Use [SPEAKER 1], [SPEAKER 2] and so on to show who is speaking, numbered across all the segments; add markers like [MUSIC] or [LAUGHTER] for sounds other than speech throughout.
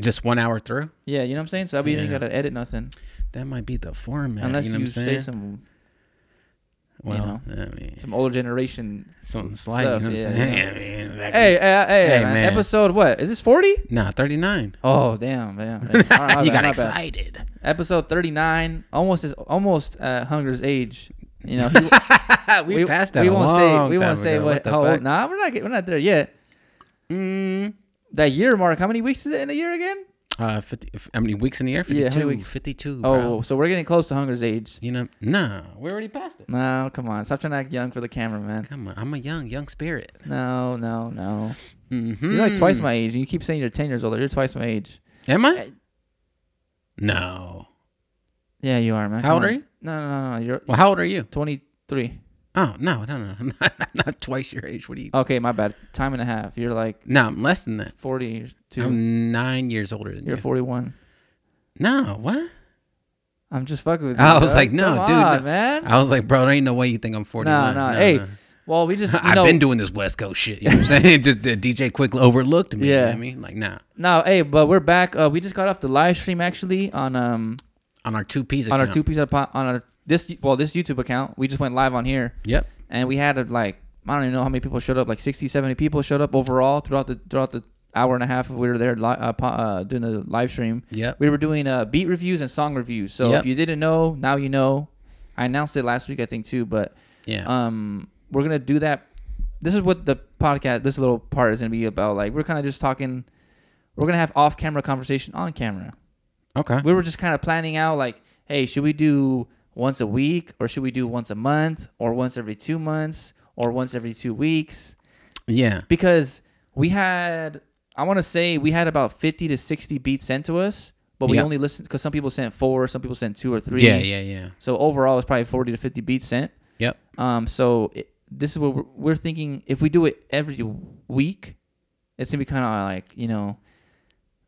[SPEAKER 1] Just one hour through?
[SPEAKER 2] Yeah, you know what I'm saying. So that way you ain't
[SPEAKER 1] Yeah.
[SPEAKER 2] gotta edit nothing
[SPEAKER 1] That might be the format.
[SPEAKER 2] unless
[SPEAKER 1] you
[SPEAKER 2] you,
[SPEAKER 1] know what I'm
[SPEAKER 2] say
[SPEAKER 1] saying?
[SPEAKER 2] some
[SPEAKER 1] well, I mean,
[SPEAKER 2] some older generation.
[SPEAKER 1] something slight.
[SPEAKER 2] stuff,
[SPEAKER 1] you know what
[SPEAKER 2] yeah,
[SPEAKER 1] I'm saying? [LAUGHS] I mean, back
[SPEAKER 2] Hey, hey, hey,
[SPEAKER 1] Hey,
[SPEAKER 2] man.
[SPEAKER 1] man.
[SPEAKER 2] episode what is this? Forty?
[SPEAKER 1] in- Nah, 39.
[SPEAKER 2] Oh
[SPEAKER 1] [LAUGHS]
[SPEAKER 2] damn, damn. damn. [LAUGHS] All right, my
[SPEAKER 1] you got
[SPEAKER 2] bad, my bad.
[SPEAKER 1] excited. [LAUGHS]
[SPEAKER 2] Episode thirty nine, almost is almost uh, hunger's age.
[SPEAKER 1] [LAUGHS]
[SPEAKER 2] You know, he,
[SPEAKER 1] we, passed that.
[SPEAKER 2] We
[SPEAKER 1] a
[SPEAKER 2] won't say.
[SPEAKER 1] long
[SPEAKER 2] We
[SPEAKER 1] time
[SPEAKER 2] won't say
[SPEAKER 1] ago.
[SPEAKER 2] what.
[SPEAKER 1] the
[SPEAKER 2] how
[SPEAKER 1] fuck?
[SPEAKER 2] old? Nah, we're not. get- We're not there yet.
[SPEAKER 1] Mm,
[SPEAKER 2] That year mark. How many weeks is it in a year again?
[SPEAKER 1] uh, 50, how many weeks in the year? 52.
[SPEAKER 2] Yeah, how many weeks?
[SPEAKER 1] 52, bro.
[SPEAKER 2] Oh, so we're getting close to hunger's age.
[SPEAKER 1] You know, nah, we already passed it.
[SPEAKER 2] No, come on. Stop trying to act young for the camera, man.
[SPEAKER 1] Come on, I'm a young, young spirit.
[SPEAKER 2] No, no, no.
[SPEAKER 1] Mm-hmm.
[SPEAKER 2] You're like twice my age, and you keep saying you're ten years older. You're twice my age.
[SPEAKER 1] Am
[SPEAKER 2] Eh.
[SPEAKER 1] I? No.
[SPEAKER 2] Yeah, you are, man.
[SPEAKER 1] How
[SPEAKER 2] Come
[SPEAKER 1] old
[SPEAKER 2] on.
[SPEAKER 1] are you?
[SPEAKER 2] No, no, no, no. You're
[SPEAKER 1] Well, how old are you?
[SPEAKER 2] twenty three.
[SPEAKER 1] Oh no, no, no, [LAUGHS] I'm not, I'm not twice your age. What are you?
[SPEAKER 2] Okay, my bad. Time and a half. You're like
[SPEAKER 1] No, I'm less than that.
[SPEAKER 2] forty or two.
[SPEAKER 1] I'm nine years older than
[SPEAKER 2] you're
[SPEAKER 1] you.
[SPEAKER 2] forty one.
[SPEAKER 1] No, what?
[SPEAKER 2] I'm just fucking with you.
[SPEAKER 1] I was
[SPEAKER 2] bro.
[SPEAKER 1] like, no,
[SPEAKER 2] Come
[SPEAKER 1] dude,
[SPEAKER 2] on,
[SPEAKER 1] no.
[SPEAKER 2] man.
[SPEAKER 1] I was like, bro, there ain't no way you think I'm 41.
[SPEAKER 2] no, hey, Well,
[SPEAKER 1] [LAUGHS]
[SPEAKER 2] we just you
[SPEAKER 1] I've
[SPEAKER 2] know,
[SPEAKER 1] been doing this West Coast shit. You know what I'm saying? [LAUGHS] Just the DJ Quick overlooked me. You know
[SPEAKER 2] Yeah.
[SPEAKER 1] what I mean? Like, nah.
[SPEAKER 2] No, hey, but we're back. Uh, we just got off the live stream actually on um
[SPEAKER 1] On our two P's
[SPEAKER 2] on our
[SPEAKER 1] account.
[SPEAKER 2] two piece on our this well this YouTube account. We just went live on here
[SPEAKER 1] Yep.
[SPEAKER 2] and we had uh, like I don't even know how many people showed up. Like 60, 70 people showed up overall throughout the throughout the hour and a half we were there li- uh, po- uh, doing the live stream.
[SPEAKER 1] Yep.
[SPEAKER 2] We were doing uh, beat reviews and song reviews. So
[SPEAKER 1] Yep.
[SPEAKER 2] if you didn't know, now you know. I announced it last week, I think too, but
[SPEAKER 1] Yeah.
[SPEAKER 2] um we're gonna do that this is what the podcast this little part is gonna be about like we're kind of just talking we're gonna have off camera conversation on camera
[SPEAKER 1] [LAUGHS] okay.
[SPEAKER 2] we were just kind of planning out like hey should we do once a week or should we do once a month or once every two months or once every two weeks
[SPEAKER 1] Yeah.
[SPEAKER 2] because we had i want to say we had about 50 to 60 beats sent to us but we
[SPEAKER 1] Yeah.
[SPEAKER 2] only listened because some people sent four some people sent two or three
[SPEAKER 1] Yeah, yeah, yeah.
[SPEAKER 2] so overall, it's probably forty to fifty beats sent.
[SPEAKER 1] Yep.
[SPEAKER 2] Um. So it, this is what we're, we're thinking. If we do it every week, it's gonna be kind of like you know,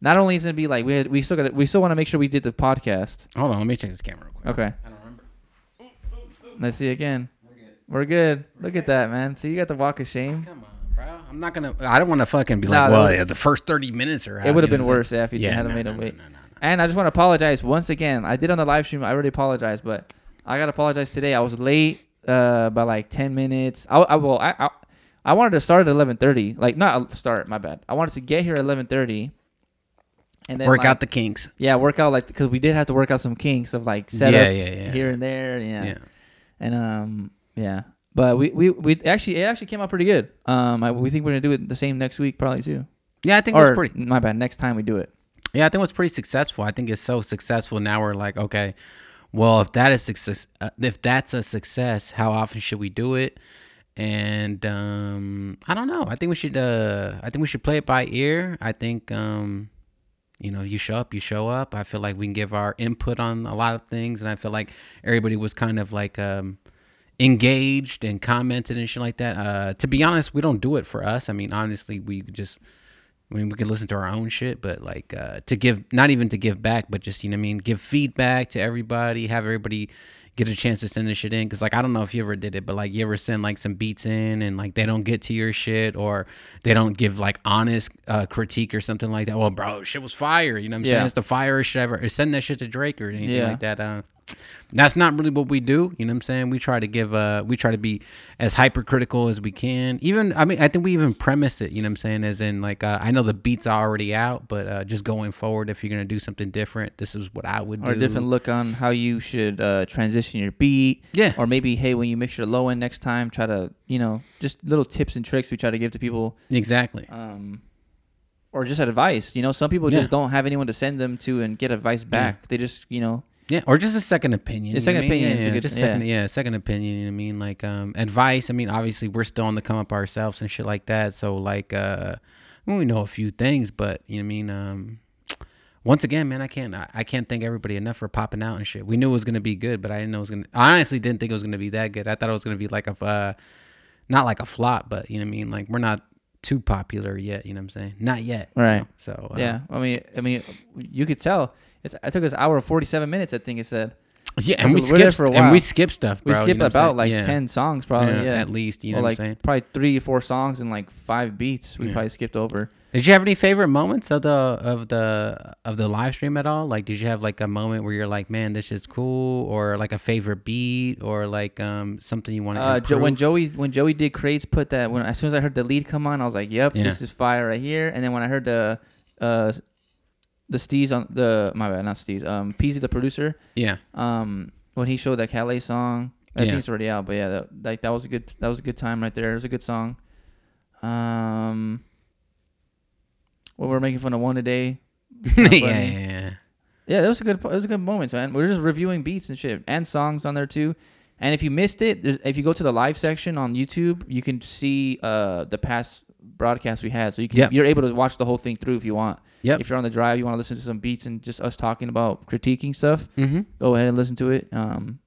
[SPEAKER 2] not only is it gonna be like we had, we still got we still want to make sure we did the podcast.
[SPEAKER 1] Hold on, let me check this camera real quick.
[SPEAKER 2] Okay.
[SPEAKER 1] I don't remember.
[SPEAKER 2] Let's see again. We're good. Look at that, man. So you got the walk of shame.
[SPEAKER 1] Come on, bro. I'm not gonna. I don't want to fucking be
[SPEAKER 2] Nah,
[SPEAKER 1] like,
[SPEAKER 2] that
[SPEAKER 1] well,
[SPEAKER 2] would-
[SPEAKER 1] yeah, the first 30 minutes are. out,"
[SPEAKER 2] It would have
[SPEAKER 1] you
[SPEAKER 2] been
[SPEAKER 1] know,
[SPEAKER 2] worse if
[SPEAKER 1] it's
[SPEAKER 2] you
[SPEAKER 1] like-
[SPEAKER 2] had
[SPEAKER 1] no,
[SPEAKER 2] made
[SPEAKER 1] no,
[SPEAKER 2] a
[SPEAKER 1] no,
[SPEAKER 2] wait.
[SPEAKER 1] no, no, no.
[SPEAKER 2] And I just want to apologize once again. I did on the live stream. I already apologized, but I got to apologize today. I was late uh, by like ten minutes. I, I well, I, I I wanted to start at eleven thirty. Like not start. My bad. I wanted to get here at eleven thirty, and then
[SPEAKER 1] Work
[SPEAKER 2] like-
[SPEAKER 1] out the kinks.
[SPEAKER 2] yeah work out like because we did have to work out some kinks of like setup
[SPEAKER 1] Yeah, yeah, yeah.
[SPEAKER 2] here and there. Yeah.
[SPEAKER 1] Yeah.
[SPEAKER 2] and um yeah. But we, we, we actually it actually came out pretty good. Um, I, we think we're gonna do it the same next week probably too.
[SPEAKER 1] Yeah, I think it
[SPEAKER 2] Or
[SPEAKER 1] was pretty.
[SPEAKER 2] my bad. Next time we do it.
[SPEAKER 1] Yeah, I think it was pretty successful. I think it's so successful now. We're like, okay, well, if that is success, uh, if that's a success, how often should we do it? And um, I don't know. I think we should. Uh, I think we should play it by ear. I think um, you know, you show up, you show up. I feel like we can give our input on a lot of things, and I feel like everybody was kind of like um, engaged and commented and shit like that. Uh, to be honest, we don't do it for us. I mean, honestly, we just I mean, we could listen to our own shit, but like uh, to give, not even to give back, but just, you know what I mean? Give feedback to everybody, have everybody get a chance to send this shit in. Cause like, I don't know if you ever did it, but like, you ever send like some beats in and like they don't get to your shit or they don't give like honest uh, critique or something like that. Well, bro, shit was fire. You know what I'm
[SPEAKER 2] Yeah.
[SPEAKER 1] saying? It's the fire shit ever. Or send that shit to Drake or anything
[SPEAKER 2] Yeah.
[SPEAKER 1] like that. Uh, that's not really what we do. You know what I'm saying? We try to give uh we try to be as hypercritical as we can. Even I mean I think we even premise it, you know what I'm saying, as in like uh, I know the beats are already out, but uh just going forward if you're gonna do something different, this is what I would
[SPEAKER 2] or a
[SPEAKER 1] do.
[SPEAKER 2] different look on how you should uh, transition your beat.
[SPEAKER 1] Yeah.
[SPEAKER 2] Or maybe, hey, when you mix your low end next time, try to, you know, just little tips and tricks we try to give to people,
[SPEAKER 1] exactly.
[SPEAKER 2] um, or just advice. You know, some people
[SPEAKER 1] Yeah.
[SPEAKER 2] just don't have anyone to send them to and get advice back. They just, you know,
[SPEAKER 1] Yeah, or just a second opinion.
[SPEAKER 2] A
[SPEAKER 1] you know
[SPEAKER 2] second
[SPEAKER 1] what I mean?
[SPEAKER 2] opinion
[SPEAKER 1] yeah,
[SPEAKER 2] is a
[SPEAKER 1] yeah,
[SPEAKER 2] good-
[SPEAKER 1] just
[SPEAKER 2] yeah.
[SPEAKER 1] second, yeah, second opinion. You know what I mean, like um, advice. I mean, obviously we're still on the come up ourselves and shit like that. So like, uh, well, we know a few things, but you know what I mean. Um, once again, man, I can't, I, I can't thank everybody enough for popping out and shit. We knew it was gonna be good, but I didn't know it was gonna. I honestly didn't think it was gonna be that good. I thought it was gonna be like a, uh, not like a flop, but you know what I mean. Like we're not too popular yet. You know what I'm saying? Not yet. you
[SPEAKER 2] Right.
[SPEAKER 1] know? So uh,
[SPEAKER 2] yeah. I mean, I mean, you could tell. It's, it took us hour and forty seven minutes. I think it said.
[SPEAKER 1] Yeah, and
[SPEAKER 2] So
[SPEAKER 1] we
[SPEAKER 2] we're there
[SPEAKER 1] skip
[SPEAKER 2] for a
[SPEAKER 1] and
[SPEAKER 2] while.
[SPEAKER 1] we skip stuff.
[SPEAKER 2] We
[SPEAKER 1] Bro, you
[SPEAKER 2] skipped
[SPEAKER 1] know what I'm
[SPEAKER 2] about
[SPEAKER 1] saying?
[SPEAKER 2] like
[SPEAKER 1] Yeah.
[SPEAKER 2] ten songs, probably.
[SPEAKER 1] Yeah,
[SPEAKER 2] Yeah,
[SPEAKER 1] at least. You know
[SPEAKER 2] Or,
[SPEAKER 1] what
[SPEAKER 2] like
[SPEAKER 1] I'm saying?
[SPEAKER 2] probably three, four songs and like five beats. We
[SPEAKER 1] Yeah.
[SPEAKER 2] probably skipped over.
[SPEAKER 1] Did you have any favorite moments of the of the of the live stream at all? Like, did you have like a moment where you're like, "Man, this is cool," or like a favorite beat, or like um something you want to
[SPEAKER 2] Uh, jo-
[SPEAKER 1] improve?
[SPEAKER 2] when Joey when Joey did crates, put that when as soon as I heard the lead come on, I was like, "Yep,
[SPEAKER 1] Yeah.
[SPEAKER 2] this is fire right here." And then when I heard the uh the Steez on the my bad, not Steez, um Peasy the producer,
[SPEAKER 1] yeah,
[SPEAKER 2] um when he showed that Calais song, I
[SPEAKER 1] Yeah.
[SPEAKER 2] think it's already out, but yeah, that, like that was a good that was a good time right there. It was a good song. Um, well, we're making fun of one today.
[SPEAKER 1] [LAUGHS] yeah,
[SPEAKER 2] funny.
[SPEAKER 1] yeah, yeah.
[SPEAKER 2] Yeah, that was a good. It was a good moment, man. We're just reviewing beats and shit and songs on there too. And if you missed it, there's- if you go to the live section on YouTube, you can see uh, the past broadcasts we had. So you can
[SPEAKER 1] Yep.
[SPEAKER 2] you're able to watch the whole thing through if you want.
[SPEAKER 1] Yep.
[SPEAKER 2] If you're on the drive, you want to listen to some beats and just us talking about critiquing stuff.
[SPEAKER 1] Mm-hmm.
[SPEAKER 2] Go ahead and listen to it. Um,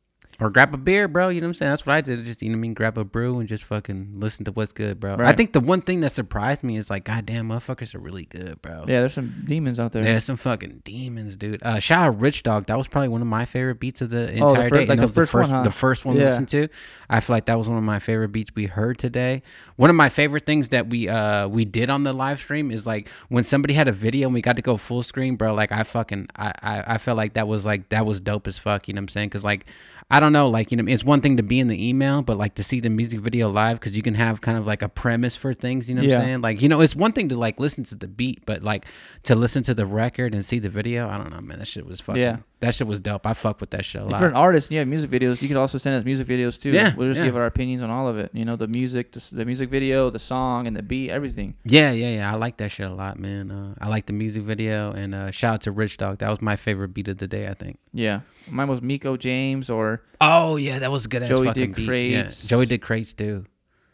[SPEAKER 1] Or grab a beer, bro. You know what I'm saying? That's what I did. Just you know what I mean? Grab a brew and just fucking listen to what's good, bro. I
[SPEAKER 2] Right.
[SPEAKER 1] think the one thing that surprised me is like, goddamn, motherfuckers are really good, bro.
[SPEAKER 2] yeah, there's some demons out there.
[SPEAKER 1] There's some fucking demons, dude. Uh, shout out Rich Dog. That was probably one of my favorite beats of the entire
[SPEAKER 2] Oh, the fir-
[SPEAKER 1] day. And
[SPEAKER 2] like
[SPEAKER 1] that
[SPEAKER 2] the
[SPEAKER 1] was
[SPEAKER 2] first one, huh?
[SPEAKER 1] the first one we
[SPEAKER 2] Yeah.
[SPEAKER 1] listened to. I feel like that was one of my favorite beats we heard today. One of my favorite things that we uh we did on the live stream is like when somebody had a video and we got to go full screen, bro. Like I fucking I I, I felt like that was like that was dope as fuck. You know what I'm saying? Because like I don't know, like you know, it's one thing to be in the email, but like to see the music video live because you can have kind of like a premise for things. You know what
[SPEAKER 2] Yeah.
[SPEAKER 1] I'm saying? Like you know, it's one thing to like listen to the beat, but like to listen to the record and see the video, I don't know, man. That shit was fucking.
[SPEAKER 2] Yeah.
[SPEAKER 1] That shit was dope. I fuck with that shit a
[SPEAKER 2] If
[SPEAKER 1] lot.
[SPEAKER 2] you're an artist and you have music videos, you can also send us music videos too.
[SPEAKER 1] Yeah,
[SPEAKER 2] we'll just
[SPEAKER 1] yeah.
[SPEAKER 2] give our opinions on all of it. You know, the music, the, s- the music video, the song, and the beat, everything.
[SPEAKER 1] Yeah, yeah, yeah. I like that shit a lot, man. Uh, I like the music video and uh, shout out to Rich Dog. That was my favorite beat of the day, I think.
[SPEAKER 2] Yeah, mine was Miko James or
[SPEAKER 1] Oh yeah, that was a good ass
[SPEAKER 2] Joey
[SPEAKER 1] fucking
[SPEAKER 2] did
[SPEAKER 1] beat.
[SPEAKER 2] crates.
[SPEAKER 1] Yeah. Joey did crates too.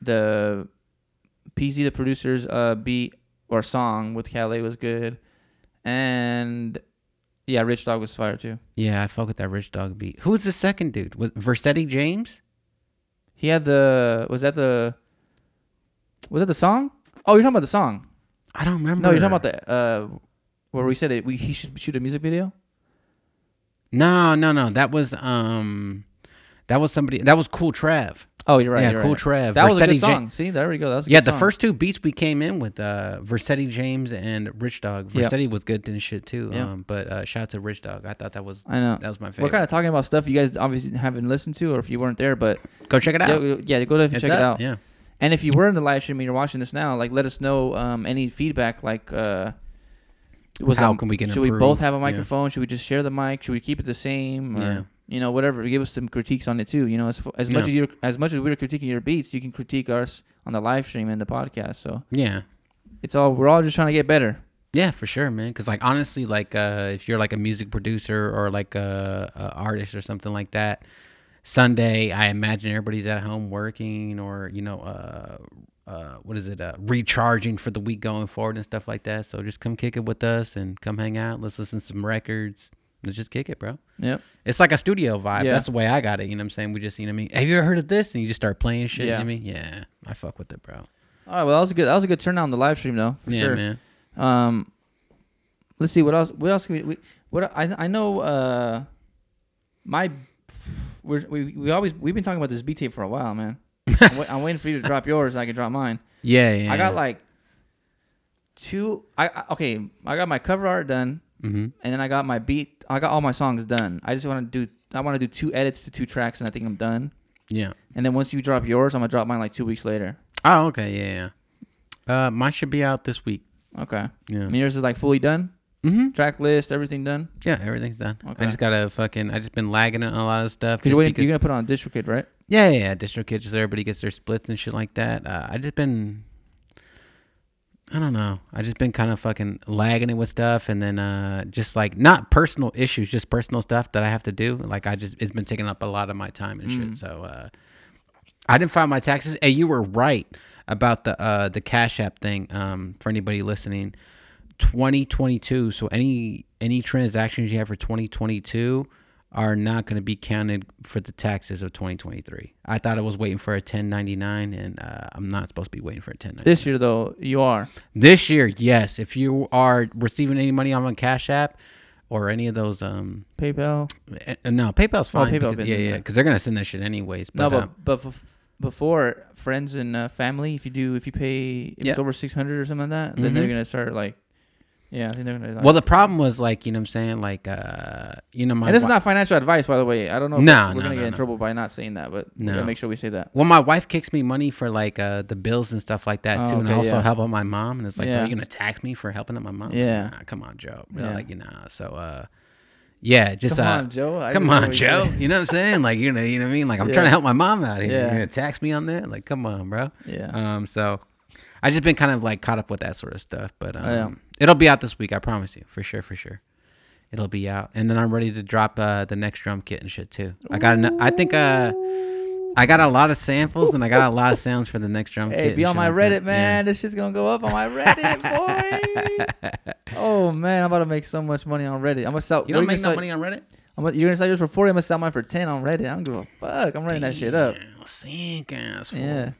[SPEAKER 2] the PZ the producer's uh beat or song with Calais was good, and yeah, Rich Dog was fire too.
[SPEAKER 1] Yeah, I fuck with that Rich Dog beat. Who was the second dude? Was Versetti James?
[SPEAKER 2] He had the was that the was that the song? Oh, you're talking about the song?
[SPEAKER 1] I don't remember.
[SPEAKER 2] No, you're talking about the uh where we said it. We he should shoot a music video.
[SPEAKER 1] No, no, no. That was um, that was somebody. That was Cool Trav.
[SPEAKER 2] Oh, you're right.
[SPEAKER 1] yeah,
[SPEAKER 2] you're
[SPEAKER 1] Cool
[SPEAKER 2] right.
[SPEAKER 1] Trav.
[SPEAKER 2] That was a
[SPEAKER 1] Versetti
[SPEAKER 2] good
[SPEAKER 1] Ja-
[SPEAKER 2] song. See, there we go. That was a
[SPEAKER 1] yeah,
[SPEAKER 2] good
[SPEAKER 1] the
[SPEAKER 2] song.
[SPEAKER 1] first two beats we came in with uh Versetti James and Rich Dog.
[SPEAKER 2] Yeah.
[SPEAKER 1] Versetti was good and shit too.
[SPEAKER 2] Yeah.
[SPEAKER 1] Um, but uh, shout out to Rich Dog. I thought that was
[SPEAKER 2] I know.
[SPEAKER 1] that was my favorite.
[SPEAKER 2] We're kind of talking about stuff you guys obviously haven't listened to, or if you weren't there, but
[SPEAKER 1] Go check it out.
[SPEAKER 2] yeah, yeah, go ahead and
[SPEAKER 1] It's
[SPEAKER 2] check it
[SPEAKER 1] up,
[SPEAKER 2] out.
[SPEAKER 1] Yeah.
[SPEAKER 2] And if you were in the live stream and you're watching this now, like let us know um, any feedback. Like, uh, was
[SPEAKER 1] How
[SPEAKER 2] um,
[SPEAKER 1] can we get
[SPEAKER 2] Should we both
[SPEAKER 1] improved?
[SPEAKER 2] have a
[SPEAKER 1] Yeah.
[SPEAKER 2] microphone? Should we just share the mic? Should we keep it the same? Or,
[SPEAKER 1] Yeah.
[SPEAKER 2] You know, whatever. Give us some critiques on it too. You know, as, as much
[SPEAKER 1] Yeah.
[SPEAKER 2] as you as much as we're critiquing your beats, you can critique us on the live stream and the podcast. So
[SPEAKER 1] Yeah.
[SPEAKER 2] it's all we're all just trying to get better.
[SPEAKER 1] Yeah, for sure, man. Because like honestly, like uh, if you're like a music producer or like a, a artist or something like that, Sunday I imagine everybody's at home working or you know, uh, uh, what is it, uh, recharging for the week going forward and stuff like that. So just come kick it with us and come hang out. Let's listen to some records. Let's just kick it, bro.
[SPEAKER 2] Yep.
[SPEAKER 1] It's like a studio vibe.
[SPEAKER 2] Yeah.
[SPEAKER 1] That's the way I got it. You know what I'm saying? We just, you know what I mean? Have you ever heard of this? And you just start playing shit.
[SPEAKER 2] Yeah.
[SPEAKER 1] You know what I mean? Yeah. I fuck with it, bro.
[SPEAKER 2] All right. Well, that was a good. That was a good turnout on the live stream though. For
[SPEAKER 1] yeah,
[SPEAKER 2] sure.
[SPEAKER 1] man.
[SPEAKER 2] Um, let's see what else. What else? Can we, we what I I know. Uh, my we're, we we always we've been talking about this B tape for a
[SPEAKER 1] [LAUGHS]
[SPEAKER 2] while, man. I'm, wait, I'm waiting for you to drop yours, and I can drop mine.
[SPEAKER 1] Yeah, yeah.
[SPEAKER 2] I got like two. I I- okay. I got my cover art done,
[SPEAKER 1] hmm
[SPEAKER 2] and then I got my beat. I got all my songs done. I just want to do. I want to do two edits to two tracks, and I think I'm done.
[SPEAKER 1] Yeah.
[SPEAKER 2] And then once you drop yours, I'm gonna drop mine like two weeks later.
[SPEAKER 1] Oh, okay. Yeah, yeah. Uh, mine should be out this week.
[SPEAKER 2] Okay.
[SPEAKER 1] Yeah.
[SPEAKER 2] I mean, yours is like fully done.
[SPEAKER 1] Mm-hmm.
[SPEAKER 2] Track list, everything done.
[SPEAKER 1] Yeah, everything's done. I
[SPEAKER 2] Okay.
[SPEAKER 1] just gotta fucking. I just been lagging on a lot of stuff.
[SPEAKER 2] Cause you're,
[SPEAKER 1] just
[SPEAKER 2] waiting,
[SPEAKER 1] because-
[SPEAKER 2] you're gonna put it on DistroKid, right?
[SPEAKER 1] yeah, yeah, yeah. District kids, just everybody gets their splits and shit like that. Uh, I just been. I don't know. I just been kind of fucking lagging it with stuff, and then uh, just like not personal issues, just personal stuff that I have to do. Like I just, it's been taking up a lot of my time and shit. So uh, I didn't file my taxes. And you were right about the uh, the Cash App thing. Um, for anybody listening, 2022. So any any transactions you have for 2022 are not going to be counted for the taxes of 2023. I thought I was waiting for a 1099, and uh, I'm not supposed to be waiting for a 1099.
[SPEAKER 2] This year, though, you are.
[SPEAKER 1] This year, yes. If you are receiving any money on a Cash App, or any of those um
[SPEAKER 2] PayPal.
[SPEAKER 1] eh, no PayPal's fine
[SPEAKER 2] PayPal
[SPEAKER 1] because,
[SPEAKER 2] Oh, been
[SPEAKER 1] yeah
[SPEAKER 2] doing
[SPEAKER 1] yeah
[SPEAKER 2] that.
[SPEAKER 1] because they're gonna send that shit anyways
[SPEAKER 2] No,
[SPEAKER 1] but,
[SPEAKER 2] but
[SPEAKER 1] um,
[SPEAKER 2] but bef- before friends and uh, family, if you do, if you pay, if
[SPEAKER 1] Yeah.
[SPEAKER 2] it's over six hundred or something like that, then
[SPEAKER 1] Mhm.
[SPEAKER 2] they're gonna start like, yeah, I think they're gonna. Like,
[SPEAKER 1] uh, well the problem was like you know what I'm saying like uh you know my
[SPEAKER 2] and this
[SPEAKER 1] wi-
[SPEAKER 2] is not financial advice, by the way. I don't know. If
[SPEAKER 1] No,
[SPEAKER 2] we're
[SPEAKER 1] no,
[SPEAKER 2] gonna
[SPEAKER 1] no,
[SPEAKER 2] get in
[SPEAKER 1] no.
[SPEAKER 2] trouble by not saying that, but we
[SPEAKER 1] No.
[SPEAKER 2] gotta make sure we say that.
[SPEAKER 1] Well, my wife kicks me money for like uh, the bills and stuff like that
[SPEAKER 2] Oh,
[SPEAKER 1] too, and I
[SPEAKER 2] okay,
[SPEAKER 1] also
[SPEAKER 2] yeah.
[SPEAKER 1] help out my mom. And it's like, bro,
[SPEAKER 2] Yeah.
[SPEAKER 1] you gonna tax me for helping out my mom?
[SPEAKER 2] Yeah.
[SPEAKER 1] Nah, come on, Joe. Really,
[SPEAKER 2] Yeah.
[SPEAKER 1] Like, you know, so uh, yeah, just
[SPEAKER 2] come
[SPEAKER 1] uh,
[SPEAKER 2] on, Joe. I
[SPEAKER 1] come
[SPEAKER 2] just
[SPEAKER 1] on,
[SPEAKER 2] always
[SPEAKER 1] Joe.
[SPEAKER 2] say-
[SPEAKER 1] You know what I'm saying? Like, you know, you know what I mean? Like, I'm
[SPEAKER 2] Yeah.
[SPEAKER 1] trying to help my mom out here. You're
[SPEAKER 2] Yeah.
[SPEAKER 1] gonna tax me on that? Like, come on, bro.
[SPEAKER 2] Yeah.
[SPEAKER 1] Um, so I just been kind of like caught up with that sort of stuff, but um,
[SPEAKER 2] Oh, Yeah.
[SPEAKER 1] it'll be out this week. I promise you, for sure, for sure. It'll be out, and then I'm ready to drop uh, the next drum kit and shit too. I got, an, I think, uh, I got a lot of samples and I got a lot of sounds for the next drum kit.
[SPEAKER 2] Hey,
[SPEAKER 1] and
[SPEAKER 2] be on
[SPEAKER 1] shit
[SPEAKER 2] my
[SPEAKER 1] like
[SPEAKER 2] Reddit,
[SPEAKER 1] that.
[SPEAKER 2] man. This shit's gonna go up on my
[SPEAKER 1] [LAUGHS]
[SPEAKER 2] Reddit, boy. oh man, I'm about to make so much money on Reddit. I'm gonna sell.
[SPEAKER 1] You don't
[SPEAKER 2] we're gonna
[SPEAKER 1] make no
[SPEAKER 2] sell-
[SPEAKER 1] money on Reddit.
[SPEAKER 2] I'm gonna, you're gonna sell yours for forty. I'm gonna sell mine for ten on Reddit. I don't give a fuck. I'm writing that shit up.
[SPEAKER 1] Damn, Sick ass. fool.
[SPEAKER 2] Yeah.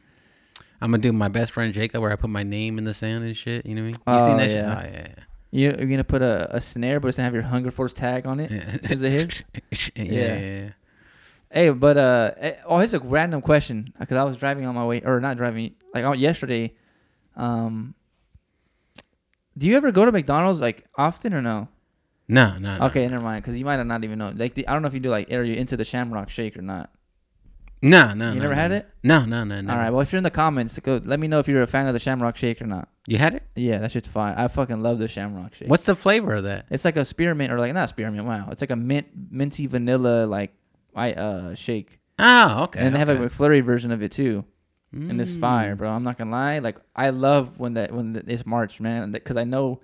[SPEAKER 1] I'm gonna do my best friend Jacob, where I put my name in the sound and shit. You know what I mean? You seen
[SPEAKER 2] Oh,
[SPEAKER 1] that
[SPEAKER 2] yeah.
[SPEAKER 1] shit? Oh, yeah. yeah.
[SPEAKER 2] You, you're gonna put a, a snare, but it's gonna have your Hunger Force tag on it.
[SPEAKER 1] Yeah. [LAUGHS]
[SPEAKER 2] Is it his?
[SPEAKER 1] yeah,
[SPEAKER 2] Yeah.
[SPEAKER 1] yeah, yeah.
[SPEAKER 2] Hey, but uh, eh, oh, here's a random question because I was driving on my way, or not driving, like on yesterday. Um, do you ever go to McDonald's like often or no?
[SPEAKER 1] No, no, no.
[SPEAKER 2] Okay, never mind, because you might have not even know. Like, the, I don't know if you do like, are you into the Shamrock Shake or not?
[SPEAKER 1] No, no. no,
[SPEAKER 2] You never
[SPEAKER 1] no,
[SPEAKER 2] had
[SPEAKER 1] no.
[SPEAKER 2] it?
[SPEAKER 1] No, no, no, no.
[SPEAKER 2] All right, well, if you're in the comments, go let me know if you're a fan of the Shamrock Shake or not.
[SPEAKER 1] You had it?
[SPEAKER 2] Yeah, that shit's fine. I fucking love the Shamrock Shake.
[SPEAKER 1] What's the flavor of that?
[SPEAKER 2] It's like a spearmint or like not spearmint. Wow, it's like a mint, minty vanilla like I uh shake,
[SPEAKER 1] Oh, okay.
[SPEAKER 2] and they have
[SPEAKER 1] okay.
[SPEAKER 2] a McFlurry version of it too. And it's fire,
[SPEAKER 1] Mm.
[SPEAKER 2] bro. I'm not gonna lie. Like I love when that when it's March, man, because I know